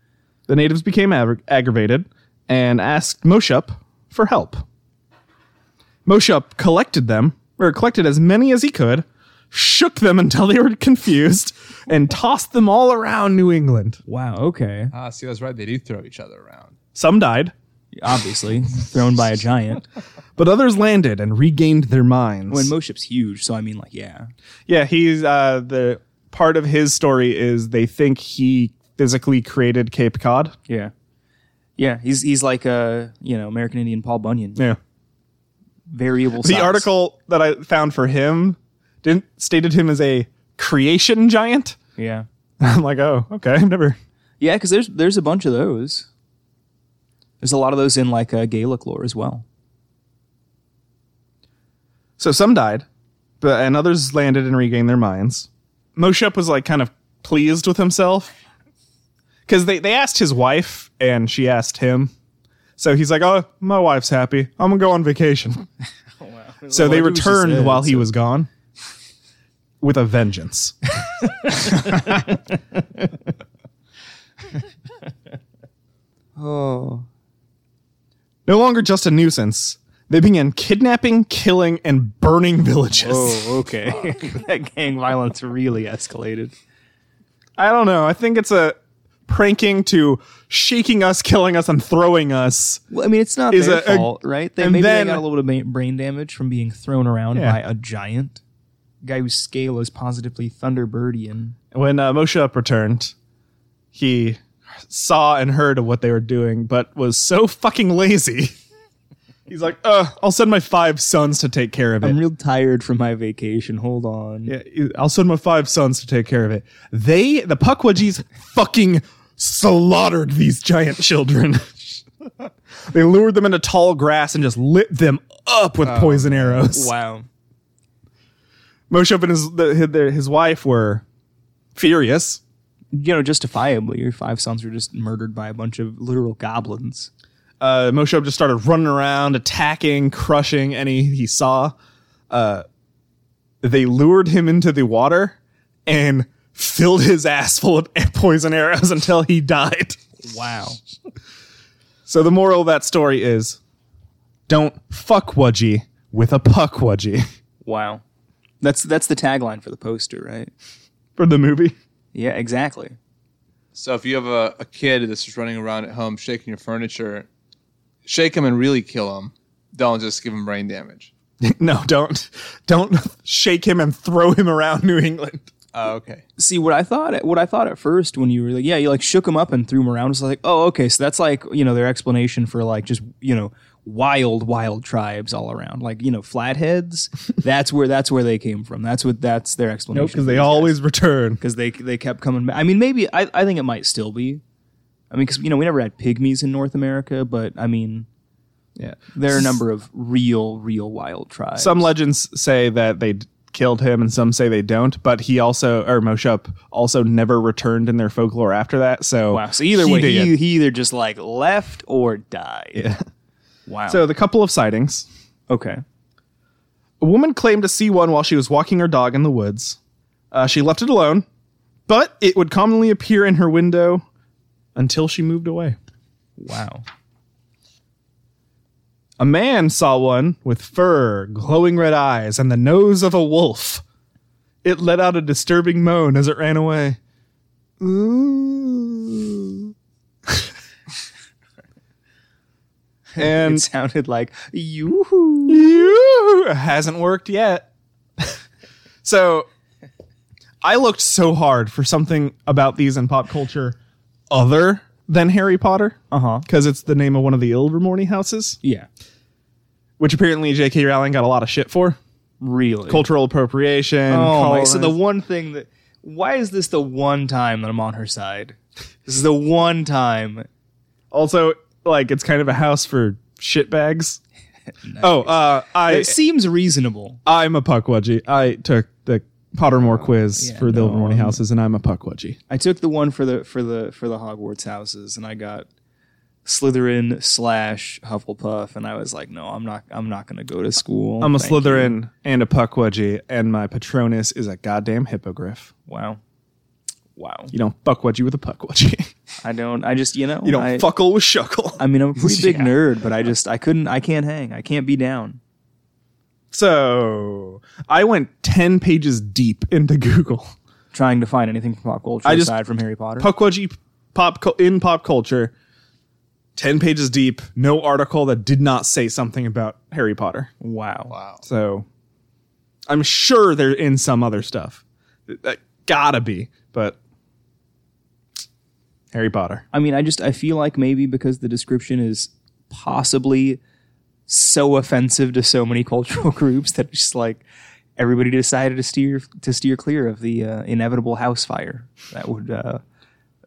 Speaker 2: The natives became aggra- aggravated and asked Moshup for help. Moshup collected them, or collected as many as he could, shook them *laughs* until they were confused, and tossed them all around New England.
Speaker 3: Wow. Okay.
Speaker 4: Ah, see, that's right. They do throw each other around.
Speaker 2: Some died,
Speaker 3: *laughs* Obviously thrown by a *laughs* giant.
Speaker 2: but others landed and regained their minds.
Speaker 3: When Moship's huge, so I mean, like, yeah.
Speaker 2: Yeah, he's uh, the part of his story is they think he physically created Cape Cod.
Speaker 3: Yeah. Yeah, he's he's like a you know American Indian Paul Bunyan,
Speaker 2: Yeah.
Speaker 3: *laughs* variable.
Speaker 2: The article that I found for him didn't stated him as a creation giant.
Speaker 3: yeah,
Speaker 2: I'm like, oh, okay, I've never.
Speaker 3: yeah, because there's there's a bunch of those. There's a lot of those in like uh, Gaelic lore as well.
Speaker 2: So some died, but and others landed and regained their minds. Moshup was like kind of pleased with himself because they they asked his wife and she asked him. So he's like, oh, my wife's happy. I'm gonna go on vacation. So they
Speaker 3: Like we just
Speaker 2: returned
Speaker 3: said,
Speaker 2: while he
Speaker 3: so-
Speaker 2: was gone with a vengeance.
Speaker 3: Oh,
Speaker 2: No longer just a nuisance, they began kidnapping, killing, and burning villages.
Speaker 3: oh, okay. *laughs* that gang violence really escalated.
Speaker 2: I don't know. I think it's a pranking to shaking us, killing us, and throwing us.
Speaker 3: Well, I mean, it's not
Speaker 2: Is
Speaker 3: their
Speaker 2: a- a-
Speaker 3: fault, right? They,
Speaker 2: and
Speaker 3: maybe
Speaker 2: then-
Speaker 3: they got a little bit of ba- brain damage from being thrown around
Speaker 2: Yeah.
Speaker 3: by a giant guy whose scale is positively Thunderbirdian.
Speaker 2: When uh, Moshe Up returned, he saw and heard of what they were doing, but was so fucking lazy. *laughs* He's like, uh, I'll send my five sons to take care of it.
Speaker 3: I'm real tired from my vacation. Hold on.
Speaker 2: Yeah, I'll send my five sons to take care of it. They, the Puckwudgies, fucking slaughtered these giant children. *laughs* they lured them into tall grass and just lit them up with poison arrows.
Speaker 3: Wow.
Speaker 2: Moshe and his, the, his, their- his wife were furious.
Speaker 3: you know, justifiably, your five sons were just murdered by a bunch of literal goblins.
Speaker 2: Uh, Moshe just started running around, attacking, crushing any he saw. Uh, they lured him into the water and filled his ass full of *laughs* poison arrows until he died. *laughs*
Speaker 3: Wow.
Speaker 2: So the moral of that story is don't fuck Wudgie with a puck Wudgie *laughs*
Speaker 3: Wow. That's that's the tagline for the poster, right?
Speaker 2: for the movie. *laughs*
Speaker 3: Yeah, exactly.
Speaker 4: So if you have a, a kid that's just running around at home shaking your furniture, shake him and really kill him. Don't just give him brain damage.
Speaker 2: no, don't don't shake him and throw him around New England.
Speaker 4: Oh, okay.
Speaker 3: See what I thought at, what I thought at first when you were like, yeah, you like shook him up and threw him around. It's like, oh, okay, so that's like you know their explanation for like just you know wild wild tribes all around, like you
Speaker 2: *laughs*
Speaker 3: know flatheads. that's where that's where they came from. That's what that's their explanation.
Speaker 2: Nope, because
Speaker 3: for
Speaker 2: they
Speaker 3: these
Speaker 2: always return.
Speaker 3: because they they kept coming back. I mean, maybe I, I think it might still be. I mean, because you know we never had pygmies in North America, but I mean,
Speaker 2: Yeah.
Speaker 3: there are a number of real, real wild tribes.
Speaker 2: Some legends say that they d- killed him and some say they don't, but he also or Moshup also never returned in their folklore after that. So
Speaker 3: wow. So either
Speaker 2: he
Speaker 3: way,
Speaker 2: did.
Speaker 3: he, he either just like left or died.
Speaker 2: Yeah.
Speaker 3: Wow.
Speaker 2: So the couple of sightings.
Speaker 3: okay.
Speaker 2: A woman claimed to see one while she was walking her dog in the woods. Uh, she left it alone, but it would commonly appear in her window until she moved away.
Speaker 3: *laughs* Wow.
Speaker 2: A man saw one with fur, glowing red eyes, and the nose of a wolf. It let out a disturbing moan as it ran away. Ooh.
Speaker 3: It
Speaker 2: and
Speaker 3: sounded like yoo-hoo.
Speaker 2: Yoo-hoo, hasn't worked yet. *laughs* so I looked so hard for something about these in pop culture other than Harry Potter
Speaker 3: Uh-huh.
Speaker 2: because it's the name of one of the Ilvermorny houses,
Speaker 3: Yeah.
Speaker 2: which apparently J.K. Rowling got a lot of shit for
Speaker 3: Really.
Speaker 2: cultural appropriation.
Speaker 3: Oh, my- so the
Speaker 2: colonization.
Speaker 3: one thing that why is this the one time that I'm on her side? This is the one time.
Speaker 2: also like it's kind of a house for shit *laughs* bags. Oh, uh, I
Speaker 3: It seems reasonable.
Speaker 2: I'm a puckwudgie. I took the Pottermore quiz
Speaker 3: yeah,
Speaker 2: for the
Speaker 3: no,
Speaker 2: Ilvermorny houses, and I'm a puckwudgie.
Speaker 3: I took the one for the for the for the Hogwarts houses, and I got Slytherin slash Hufflepuff, and I was like, no, I'm not. I'm not going to go to school.
Speaker 2: I'm a
Speaker 3: Thank you.
Speaker 2: Slytherin and a Puckwudgie, and my Patronus is a goddamn hippogriff.
Speaker 3: Wow, wow.
Speaker 2: You don't Buckwudgie with a Puckwudgie. *laughs*
Speaker 3: I don't. I just you know
Speaker 2: You don't
Speaker 3: I,
Speaker 2: fuckle with shuckle. *laughs*
Speaker 3: I mean, I'm a pretty big
Speaker 2: Yeah.
Speaker 3: nerd, but I just I couldn't. I can't hang. I can't be down.
Speaker 2: So I went 10 pages deep into Google.
Speaker 3: Trying to find anything from pop culture
Speaker 2: I just-
Speaker 3: aside from Harry Potter.
Speaker 2: Puckwudgie pop cul- in pop culture, 10 pages deep, no article that did not say something about Harry Potter.
Speaker 3: wow.
Speaker 4: Wow.
Speaker 2: So I'm sure they're in some other stuff. That- That gotta be, but Harry Potter.
Speaker 3: I mean, I just I feel like maybe because the description is possibly so offensive to so many *laughs* cultural groups that it's just like everybody decided to steer to steer clear of the uh, inevitable house fire. That would uh,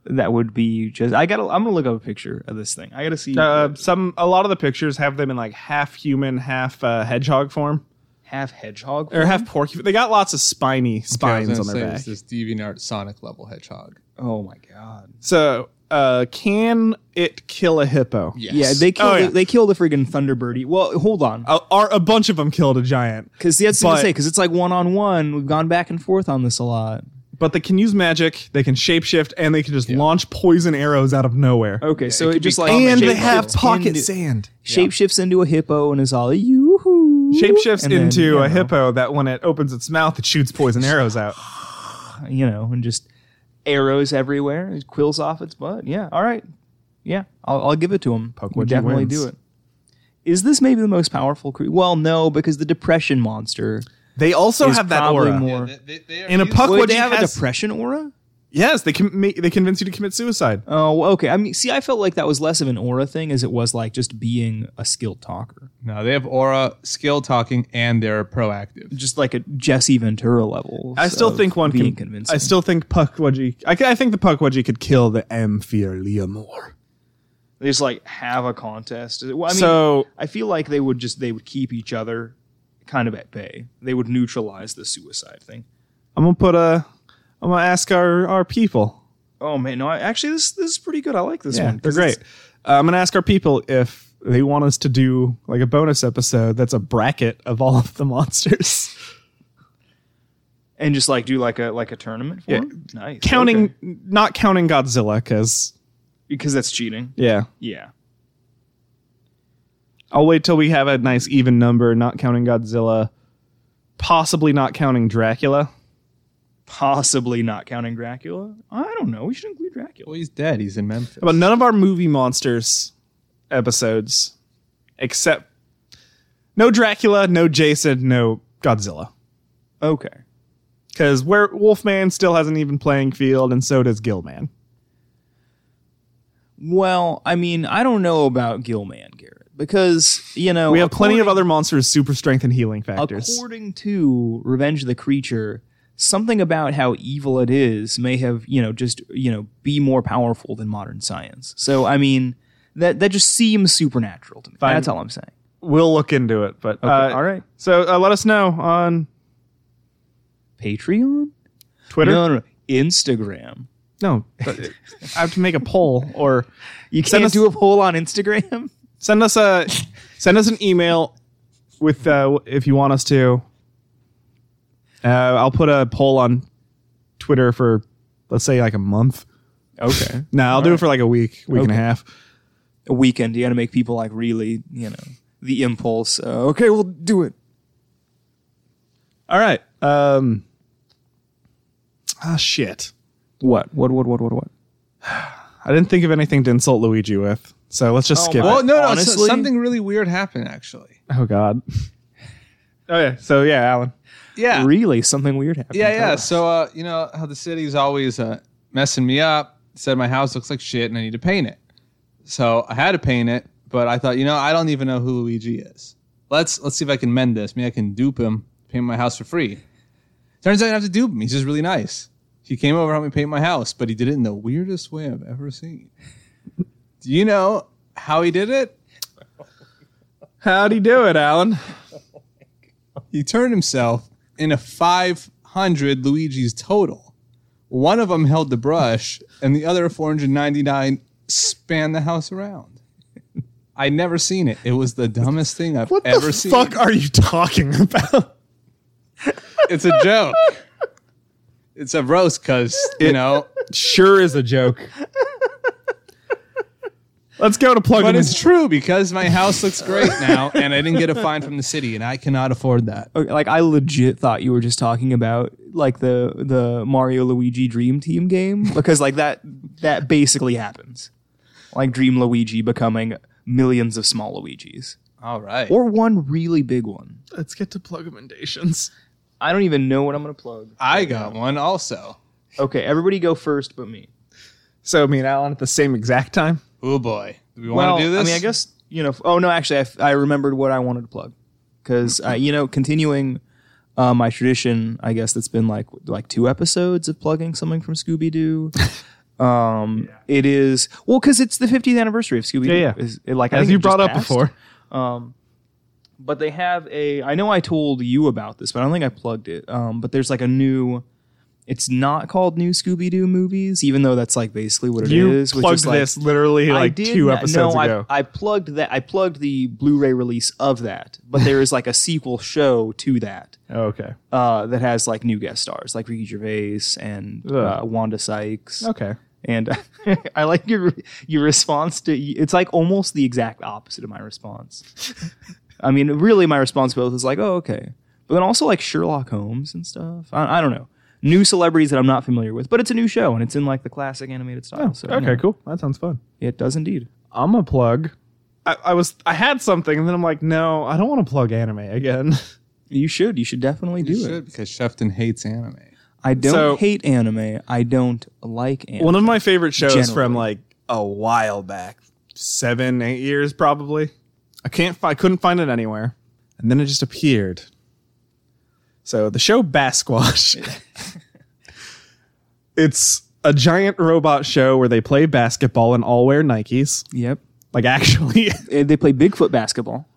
Speaker 3: that would be just. I gotta. I'm gonna look up a picture of this thing. I gotta see
Speaker 2: Uh, some a lot of the pictures have them in like half human, half uh, hedgehog form,
Speaker 3: half hedgehog.
Speaker 2: or half porcupine. They got lots of spiny spines on their back.
Speaker 4: This is DeviantArt Sonic level hedgehog.
Speaker 3: oh my god.
Speaker 2: So, uh, can it kill a hippo?
Speaker 4: Yes.
Speaker 3: Yeah, they killed
Speaker 2: Oh, yeah.
Speaker 3: The, they killed the friggin' Thunderbirdy. Well, hold on,
Speaker 2: A, Uh, are a bunch of them killed a giant,
Speaker 3: because that's what I
Speaker 2: but-
Speaker 3: say. Because it's like one on one. We've gone back and forth on this a lot.
Speaker 2: but they can use magic. They can shapeshift, and they can just launch poison arrows out of nowhere.
Speaker 3: Okay, so it just like
Speaker 2: and they
Speaker 3: shapeshifts
Speaker 2: have
Speaker 3: into-
Speaker 2: pocket sand.
Speaker 3: shapeshifts into a hippo and is all yoo-hoo.
Speaker 2: Shapeshifts
Speaker 3: And then,
Speaker 2: into
Speaker 3: you know,
Speaker 2: a hippo that when it opens its mouth, it shoots
Speaker 3: *laughs*
Speaker 2: poison arrows out.
Speaker 3: you know, and just arrows everywhere. and quills off its butt. Yeah, all right. Yeah, I'll, I'll give it to him.
Speaker 2: Puck
Speaker 3: We
Speaker 2: Wedgie
Speaker 3: definitely
Speaker 2: wins.
Speaker 3: do it. Is this maybe the most powerful creature? Well, no, because the depression monster
Speaker 2: They also
Speaker 3: is
Speaker 2: have that
Speaker 3: probably
Speaker 2: aura.
Speaker 3: more.
Speaker 2: In a puck,
Speaker 3: Would they have
Speaker 2: has,
Speaker 3: a depression aura?
Speaker 2: yes, they can. Make, they convince you to commit suicide.
Speaker 3: Oh, well, okay. I mean, see, I felt like that was less of an aura thing as it was like just being a skilled talker,
Speaker 4: No, they have aura, skill talking, and they're proactive.
Speaker 3: just like a Jesse Ventura level.
Speaker 2: I still
Speaker 3: of
Speaker 2: think one
Speaker 3: being
Speaker 2: can.
Speaker 3: convincing.
Speaker 2: I still think Puckwudgie. I, ca- I think the Puckwudgie could kill the Amphileomore.
Speaker 3: They just like have a contest. Well, I mean,
Speaker 2: So-
Speaker 3: I feel like they would just they would keep each other kind of at bay. They would neutralize the suicide thing.
Speaker 2: I'm gonna put a. I'm gonna ask our our people.
Speaker 3: Oh man, no, I, actually this this is pretty good. I like this
Speaker 2: Yeah,
Speaker 3: one.
Speaker 2: they're
Speaker 3: 'cause
Speaker 2: great.
Speaker 3: it's-
Speaker 2: Uh, I'm gonna ask our people if they want us to do like a bonus episode that's a bracket of all of the monsters,
Speaker 3: And just like do like a like a tournament for
Speaker 2: Yeah.
Speaker 3: 'em? Nice.
Speaker 2: counting
Speaker 3: okay.
Speaker 2: not counting Godzilla because
Speaker 3: because that's cheating.
Speaker 2: yeah,
Speaker 3: Yeah.
Speaker 2: I'll wait till we have a nice even number, not counting Godzilla, possibly not counting Dracula.
Speaker 3: Possibly not counting Dracula. I don't know. We should include Dracula.
Speaker 4: Well, he's dead. He's in Memphis.
Speaker 2: But none of our movie monsters episodes, except no Dracula, no Jason, no Godzilla,
Speaker 3: Okay.
Speaker 2: because where Wolfman still has an even playing field, and so does Gillman.
Speaker 3: Well, I mean, I don't know about Gilman Garrett because you know
Speaker 2: We have plenty of
Speaker 3: according-
Speaker 2: other monsters, super strength and healing factors.
Speaker 3: According to Revenge of the Creature, something about how evil it is may have, you know, just, you know, be more powerful than modern science. So, I mean, that that just seems supernatural to me.
Speaker 2: Fine.
Speaker 3: That's all I'm saying.
Speaker 2: we'll look into it, but uh,
Speaker 3: all right.
Speaker 2: So uh, let us know on
Speaker 3: Patreon?
Speaker 2: Twitter.
Speaker 3: No, no, no. Instagram.
Speaker 2: *laughs* No, but I have to make a poll or
Speaker 3: You
Speaker 2: Send
Speaker 3: can't
Speaker 2: us-
Speaker 3: do a poll on Instagram. *laughs*
Speaker 2: send us a send us an email with uh, if you want us to. Uh, I'll put a poll on Twitter for let's say like a month,
Speaker 3: Okay.
Speaker 2: No, I'll do it for like a week, week and a
Speaker 3: Okay.
Speaker 2: half.
Speaker 3: A weekend, you got to make people like really, you know, the impulse. Uh, okay, we'll do it.
Speaker 2: All right. Um. Ah, shit.
Speaker 3: What? What? What? What? What? What?
Speaker 2: I didn't think of anything to insult Luigi with, so let's just
Speaker 3: Oh,
Speaker 2: skip
Speaker 3: my-
Speaker 2: it.
Speaker 4: Well, no, no, so-
Speaker 3: honestly-
Speaker 4: something really weird happened actually.
Speaker 2: Oh God. *laughs* oh yeah. So yeah, Alan.
Speaker 4: Yeah,
Speaker 3: Really? Something weird happened. Oh.
Speaker 4: yeah, yeah.
Speaker 3: Huh?
Speaker 4: So uh, you know how the city's always uh, messing me up. Said my house looks like shit, and I need to paint it. So I had to paint it, but I thought, you know, I don't even know who Luigi is. Let's let's see if I can mend this. Maybe I can dupe him, paint my house for free. Turns out I didn't have to dupe him. He's just really nice. He came over and helped me paint my house, but he did it in the weirdest way I've ever seen. Do you know how he did it?
Speaker 2: How'd he do it, Alan?
Speaker 4: he turned himself in a 500 Luigi's total. One of them held the brush, and the other 499 span the house around. I never seen it. It was the dumbest thing I've
Speaker 2: What
Speaker 4: ever
Speaker 2: the
Speaker 4: seen.
Speaker 2: fuck are you talking about?
Speaker 4: It's a joke. It's a roast, cause you know.
Speaker 2: sure is a joke. *laughs* Let's go to plug
Speaker 4: But
Speaker 2: in.
Speaker 4: it's true because my house looks great now, and I didn't get a fine from the city, and I cannot afford that.
Speaker 3: Okay, like I legit thought you were just talking about like the the Mario Luigi Dream Team game *laughs* because like that that basically happens, like Dream Luigi becoming millions of small Luigis
Speaker 4: All right.
Speaker 3: or one really big one.
Speaker 2: Let's get to plug emendations.
Speaker 3: I don't even know what I'm gonna plug.
Speaker 4: I got one also.
Speaker 3: Okay, everybody go first, but me.
Speaker 2: So me and Alan at the same exact time.
Speaker 4: Oh boy, do we want to do this?
Speaker 3: I mean, I guess you know. f- Oh no, actually, I, f- I remembered what I wanted to plug because uh, you know, continuing uh, my tradition, I guess that's been like like two episodes of plugging something from
Speaker 2: *laughs*
Speaker 3: Scooby Doo. Um, it is well because it's the 50th anniversary of Scooby Doo.
Speaker 2: Yeah, yeah.
Speaker 3: Like I
Speaker 2: As
Speaker 3: think
Speaker 2: you
Speaker 3: it just
Speaker 2: brought up
Speaker 3: passed.
Speaker 2: before.
Speaker 3: but they have a. I know I told you about this, but I don't think I plugged it. Um, but there's like a new. It's not called new Scooby Doo movies, even though that's like basically what it is.
Speaker 2: You
Speaker 3: which
Speaker 2: plugged
Speaker 3: is, like,
Speaker 2: this literally *laughs* like two
Speaker 3: not-
Speaker 2: episodes
Speaker 3: no,
Speaker 2: *laughs* ago.
Speaker 3: I, I plugged that. I plugged the Blu-ray release of that, but there is like a sequel show to that
Speaker 2: okay.
Speaker 3: uh, that has like new guest stars, like Ricky Gervais and uh,
Speaker 2: Ugh.
Speaker 3: Wanda Sykes.
Speaker 2: Okay.
Speaker 3: And *laughs* I like your your response to it's like almost the exact opposite of my
Speaker 2: *laughs*
Speaker 3: response. I mean, really, my response both is like, oh, okay, but then also like Sherlock Holmes and stuff. I, I don't know. New celebrities that I'm not familiar with, but it's a new show and it's in like the classic animated style. so you
Speaker 2: Oh, okay,
Speaker 3: know,
Speaker 2: cool. That sounds fun.
Speaker 3: It does indeed.
Speaker 2: I'm a plug. I, I was I had something and then I'm like, no, I don't want to plug anime again. *laughs*
Speaker 3: You should. You should definitely do
Speaker 4: You
Speaker 3: it.
Speaker 4: should, because Shefton hates anime.
Speaker 3: I don't
Speaker 2: So-
Speaker 3: hate anime. I don't like anime.
Speaker 2: One of my favorite shows from
Speaker 3: Generally.
Speaker 2: like a while back, seven, eight years probably. I can't fi- I couldn't find it anywhere, and then it just appeared. So the show Basquash. it's a giant robot show where they play basketball and all wear Nikes.
Speaker 3: yep.
Speaker 2: Like *laughs* actually,
Speaker 3: Uh, They play Bigfoot basketball.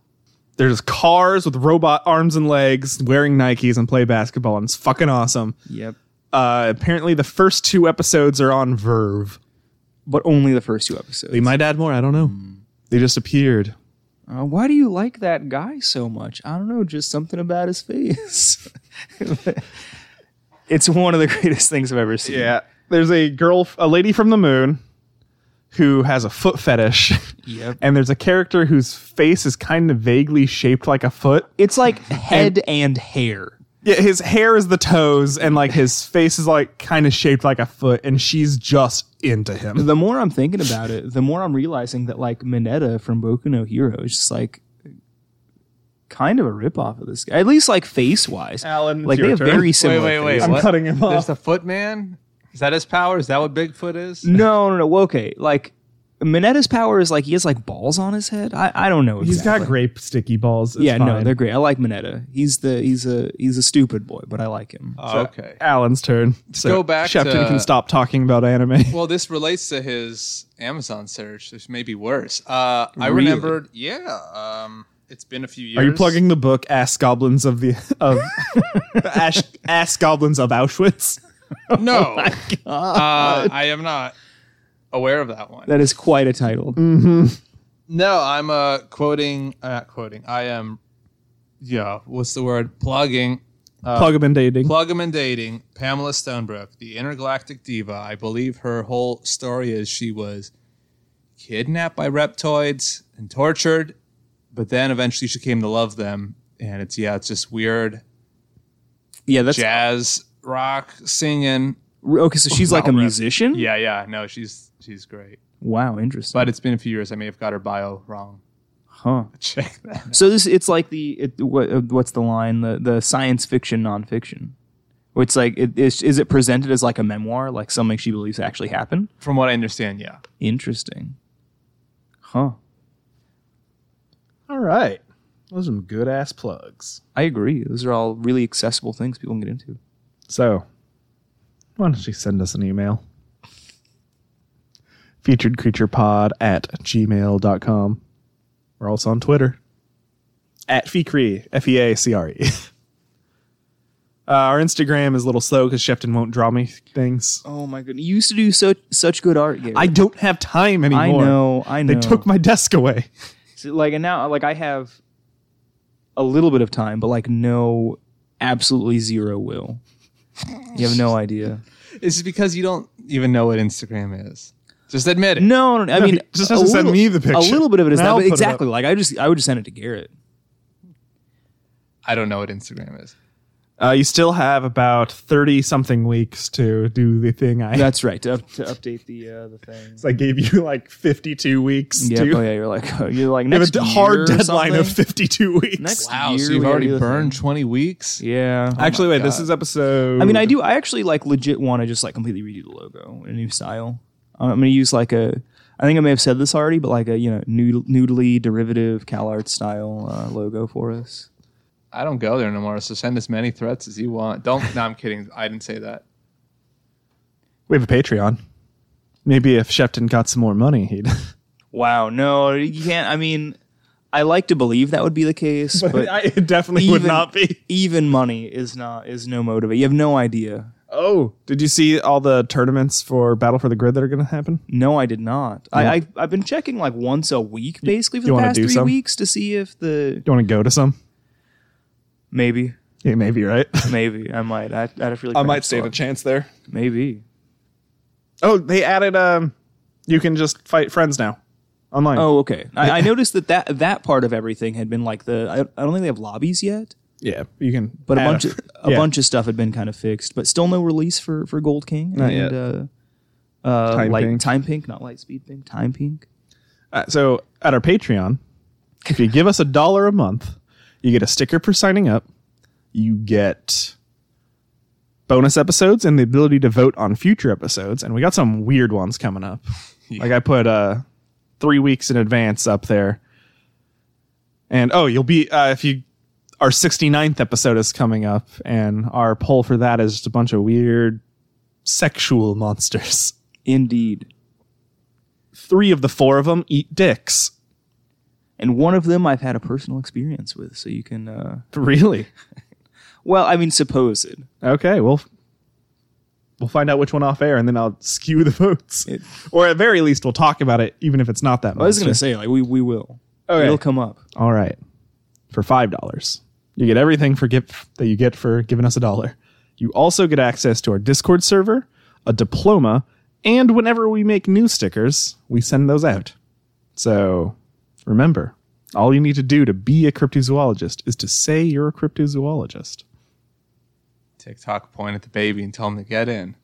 Speaker 2: there's cars with robot arms and legs wearing Nikes and play basketball, and it's fucking awesome.
Speaker 3: Yep.
Speaker 2: Uh, apparently, the first two episodes are on Verve.
Speaker 3: But only the first two episodes.
Speaker 2: They might add more. I don't know. They just appeared.
Speaker 3: Uh, why do you like that guy so much? I don't know. Just something about his face. *laughs* it's one of the *laughs* greatest things I've ever seen.
Speaker 2: Yeah. There's a girl, a lady from the moon who has a foot fetish.
Speaker 3: Yep.
Speaker 2: And there's a character whose face is kind of vaguely shaped like a foot.
Speaker 3: It's like head and, hair.
Speaker 2: Yeah, his hair is the toes, and like his face is like kind of shaped like a foot, and she's just into him.
Speaker 3: The more I'm thinking about it, the more I'm realizing that like Mineta from Boku no Hero is just like kind of a ripoff of this guy. At least like face wise.
Speaker 2: Alan, it's
Speaker 3: like
Speaker 2: your
Speaker 3: they have
Speaker 2: turn.
Speaker 3: very
Speaker 2: Wait,
Speaker 3: similar.
Speaker 4: wait, wait,
Speaker 3: faces.
Speaker 4: what?
Speaker 2: cutting him
Speaker 4: There's the Footman. Is that his power? Is that what Bigfoot is?
Speaker 3: No, no, no. Well, okay, like Mineta's power is like he has like balls on his head. I, I don't know.
Speaker 2: He's got
Speaker 3: exactly.
Speaker 2: grape sticky balls. It's
Speaker 3: Yeah, no,
Speaker 2: fine.
Speaker 3: they're great. I like Mineta. He's the he's a he's a stupid boy, but I like him.
Speaker 2: Uh,
Speaker 4: Oh, okay.
Speaker 2: Alan's turn. So
Speaker 4: go back
Speaker 2: Shepton
Speaker 4: to-
Speaker 2: can stop talking about anime.
Speaker 4: Well, this relates to his Amazon search, which may be worse. Uh, I
Speaker 3: Really?
Speaker 4: remembered. Yeah. Um, it's been a few
Speaker 2: *laughs*
Speaker 4: years.
Speaker 2: Are you plugging the book Ass Goblins of the
Speaker 3: *laughs*
Speaker 2: of Ash, Ass Goblins of Auschwitz?
Speaker 4: *laughs*
Speaker 3: *laughs* Oh
Speaker 4: No. uh, I am not aware of that one.
Speaker 3: that is quite a title.
Speaker 4: No, I'm uh, quoting, uh, not quoting. I am, yeah, what's the word? Plugging
Speaker 2: Plug him in dating.
Speaker 4: Plug him in dating Pamela Stonebrook, the intergalactic diva. I believe her whole story is she was kidnapped by reptoids and tortured, but then eventually she came to love them. And it's yeah, it's just weird
Speaker 3: Yeah, that's
Speaker 4: jazz rock singing.
Speaker 3: okay. So she's like a
Speaker 4: Wow, rep-
Speaker 3: musician.
Speaker 4: Yeah, yeah, no, she's she's great.
Speaker 3: Wow, interesting.
Speaker 4: But it's been a few years. I may have got her bio wrong. *laughs*
Speaker 3: huh.
Speaker 4: Check that.
Speaker 3: So this it's like the it, what, uh, what's the line the the science fiction nonfiction. Where It's like it, is, is it presented as like a memoir, like something she believes actually happened?
Speaker 4: From what I understand, yeah.
Speaker 3: Interesting, huh?
Speaker 8: All right. Those are some good ass plugs.
Speaker 3: I agree. Those are all really accessible things people can get into.
Speaker 2: So, why don't you send us an email? Featuredcreaturepod at gmail.com. We're also on Twitter at FeaCree, F E A C R E. *laughs* Uh, our Instagram is a little slow because Shefton won't draw me things.
Speaker 3: Oh my goodness! You used to do so such good art, Gary.
Speaker 2: I don't have time anymore.
Speaker 3: I know, I know.
Speaker 2: They took my desk away.
Speaker 3: So, like and now like I have a little bit of time, but like no, absolutely zero will. You have *laughs* no idea.
Speaker 4: It's just because you don't even know what Instagram is. Just admit it.
Speaker 3: No, no, no, I mean,
Speaker 2: he just
Speaker 3: a
Speaker 2: has to send me the picture.
Speaker 3: A little bit of it is
Speaker 2: And
Speaker 3: that,
Speaker 2: I'll
Speaker 3: but
Speaker 2: put it
Speaker 3: exactly. Like I just, I would just send it to Garrett.
Speaker 4: I don't know what Instagram is.
Speaker 2: Uh, you still have about 30 something weeks to do the thing I.
Speaker 3: That's right. To, up, to update the uh, the thing.
Speaker 2: *laughs* I gave you like 52 weeks
Speaker 3: Yeah.
Speaker 2: to.
Speaker 3: Oh yeah. You're like you're like
Speaker 2: You have
Speaker 3: next
Speaker 2: a d-
Speaker 3: year
Speaker 2: hard
Speaker 3: or
Speaker 2: deadline of
Speaker 3: something.
Speaker 2: 52 weeks.
Speaker 3: Next
Speaker 4: Wow,
Speaker 3: year
Speaker 4: so
Speaker 3: we
Speaker 4: you've
Speaker 3: gotta
Speaker 4: already
Speaker 3: do the thing.
Speaker 4: burned 20 weeks?
Speaker 3: Yeah.
Speaker 2: Actually, wait, this is episode.
Speaker 3: I mean, I do. I actually like legit want to just like completely redo the logo in a new style. Um, I'm going to use like a. I think I may have said this already, but like a you know nood- noodly derivative CalArt style uh, logo for us.
Speaker 4: I don't go there no more, so send as many threats as you want. Don't, no, I'm kidding. I didn't say that.
Speaker 2: We have a Patreon. Maybe if Shepton got some more money, he'd. *laughs*
Speaker 3: Wow. No, you can't. I mean, I like to believe that would be the case, *laughs* but,
Speaker 2: I, it definitely would
Speaker 3: even-
Speaker 2: not be.
Speaker 3: even money is not is no motivate. You have no idea.
Speaker 2: Oh, did you see all the tournaments for Battle for the Grid that are going to happen?
Speaker 3: No, I did not. I, I I've been checking like once a week basically for
Speaker 2: you
Speaker 3: the
Speaker 2: wanna
Speaker 3: past
Speaker 2: do
Speaker 3: three
Speaker 2: some?
Speaker 3: weeks to see if the
Speaker 2: You want to go to some?
Speaker 3: maybe
Speaker 2: Yeah, maybe *laughs* right.
Speaker 3: maybe I might I I feel like
Speaker 2: save a chance there.
Speaker 3: maybe.
Speaker 2: Oh, they added. Um, you can just fight friends now, online.
Speaker 3: Oh, okay. I, I noticed that, that that part of everything had been like the. I, I don't think they have lobbies yet,
Speaker 2: yeah, you can.
Speaker 3: but a
Speaker 2: add *laughs*
Speaker 3: bunch of, a
Speaker 2: yeah.
Speaker 3: bunch of stuff had been kind of fixed, but still no release for for Gold King
Speaker 2: Not
Speaker 3: and
Speaker 2: yet.
Speaker 3: Uh, uh,
Speaker 2: Time
Speaker 3: light,
Speaker 2: Pink.
Speaker 3: time pink, not light speed pink, time pink.
Speaker 2: Uh, so at our Patreon, if you give us a dollar a month, you get a sticker for signing up. You get bonus episodes and the ability to vote on future episodes. And we got some weird ones coming up. Like I put uh, three weeks in advance up there. And oh, you'll be, uh, if you, our 69th episode is coming up. And our poll for that is just a bunch of weird sexual monsters. *laughs*
Speaker 3: Indeed,
Speaker 2: Three of the four of them eat dicks. *laughs*
Speaker 3: and one of them I've had a personal experience with, so you can. Uh,
Speaker 2: Really?
Speaker 3: well, I mean, supposed.
Speaker 2: Okay, we'll we'll find out which one off air, and then I'll skew the *laughs* votes,
Speaker 3: It-
Speaker 2: or at very least we'll talk about it, even if it's not that.
Speaker 3: I was gonna say like we we will.
Speaker 2: Okay.
Speaker 3: It'll come up.
Speaker 2: all right, for five dollars, you get everything for gift that you get for giving us a dollar. You also get access to our Discord server, a diploma, and whenever we make new stickers, we send those out. So remember, all you need to do to be a cryptozoologist is to say you're a cryptozoologist.
Speaker 4: TikTok point at the baby and tell him to get in.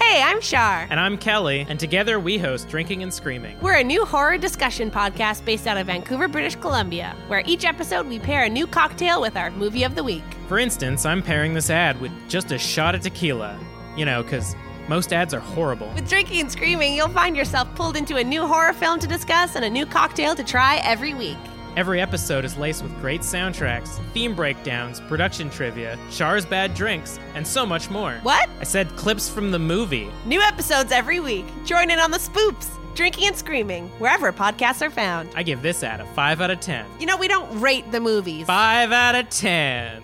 Speaker 9: Hey, I'm Shar.
Speaker 10: And I'm Kelly, and together we host Drinking and Screaming.
Speaker 9: We're a new horror discussion podcast based out of Vancouver, British Columbia, where each episode we pair a new cocktail with our movie of the week.
Speaker 10: For instance, I'm pairing this ad with just a shot of tequila. You know, because most ads are horrible.
Speaker 9: With drinking and screaming, you'll find yourself pulled into a new horror film to discuss and a new cocktail to try every week.
Speaker 10: Every episode is laced with great soundtracks, theme breakdowns, production trivia, Char's bad drinks, and so much more.
Speaker 9: What?
Speaker 10: I said clips from the movie.
Speaker 9: New episodes every week. Join in on the spoops, drinking and screaming, wherever podcasts are found.
Speaker 10: I give this ad a 5 out of 10.
Speaker 9: You know, we don't rate the movies.
Speaker 10: 5 out of 10.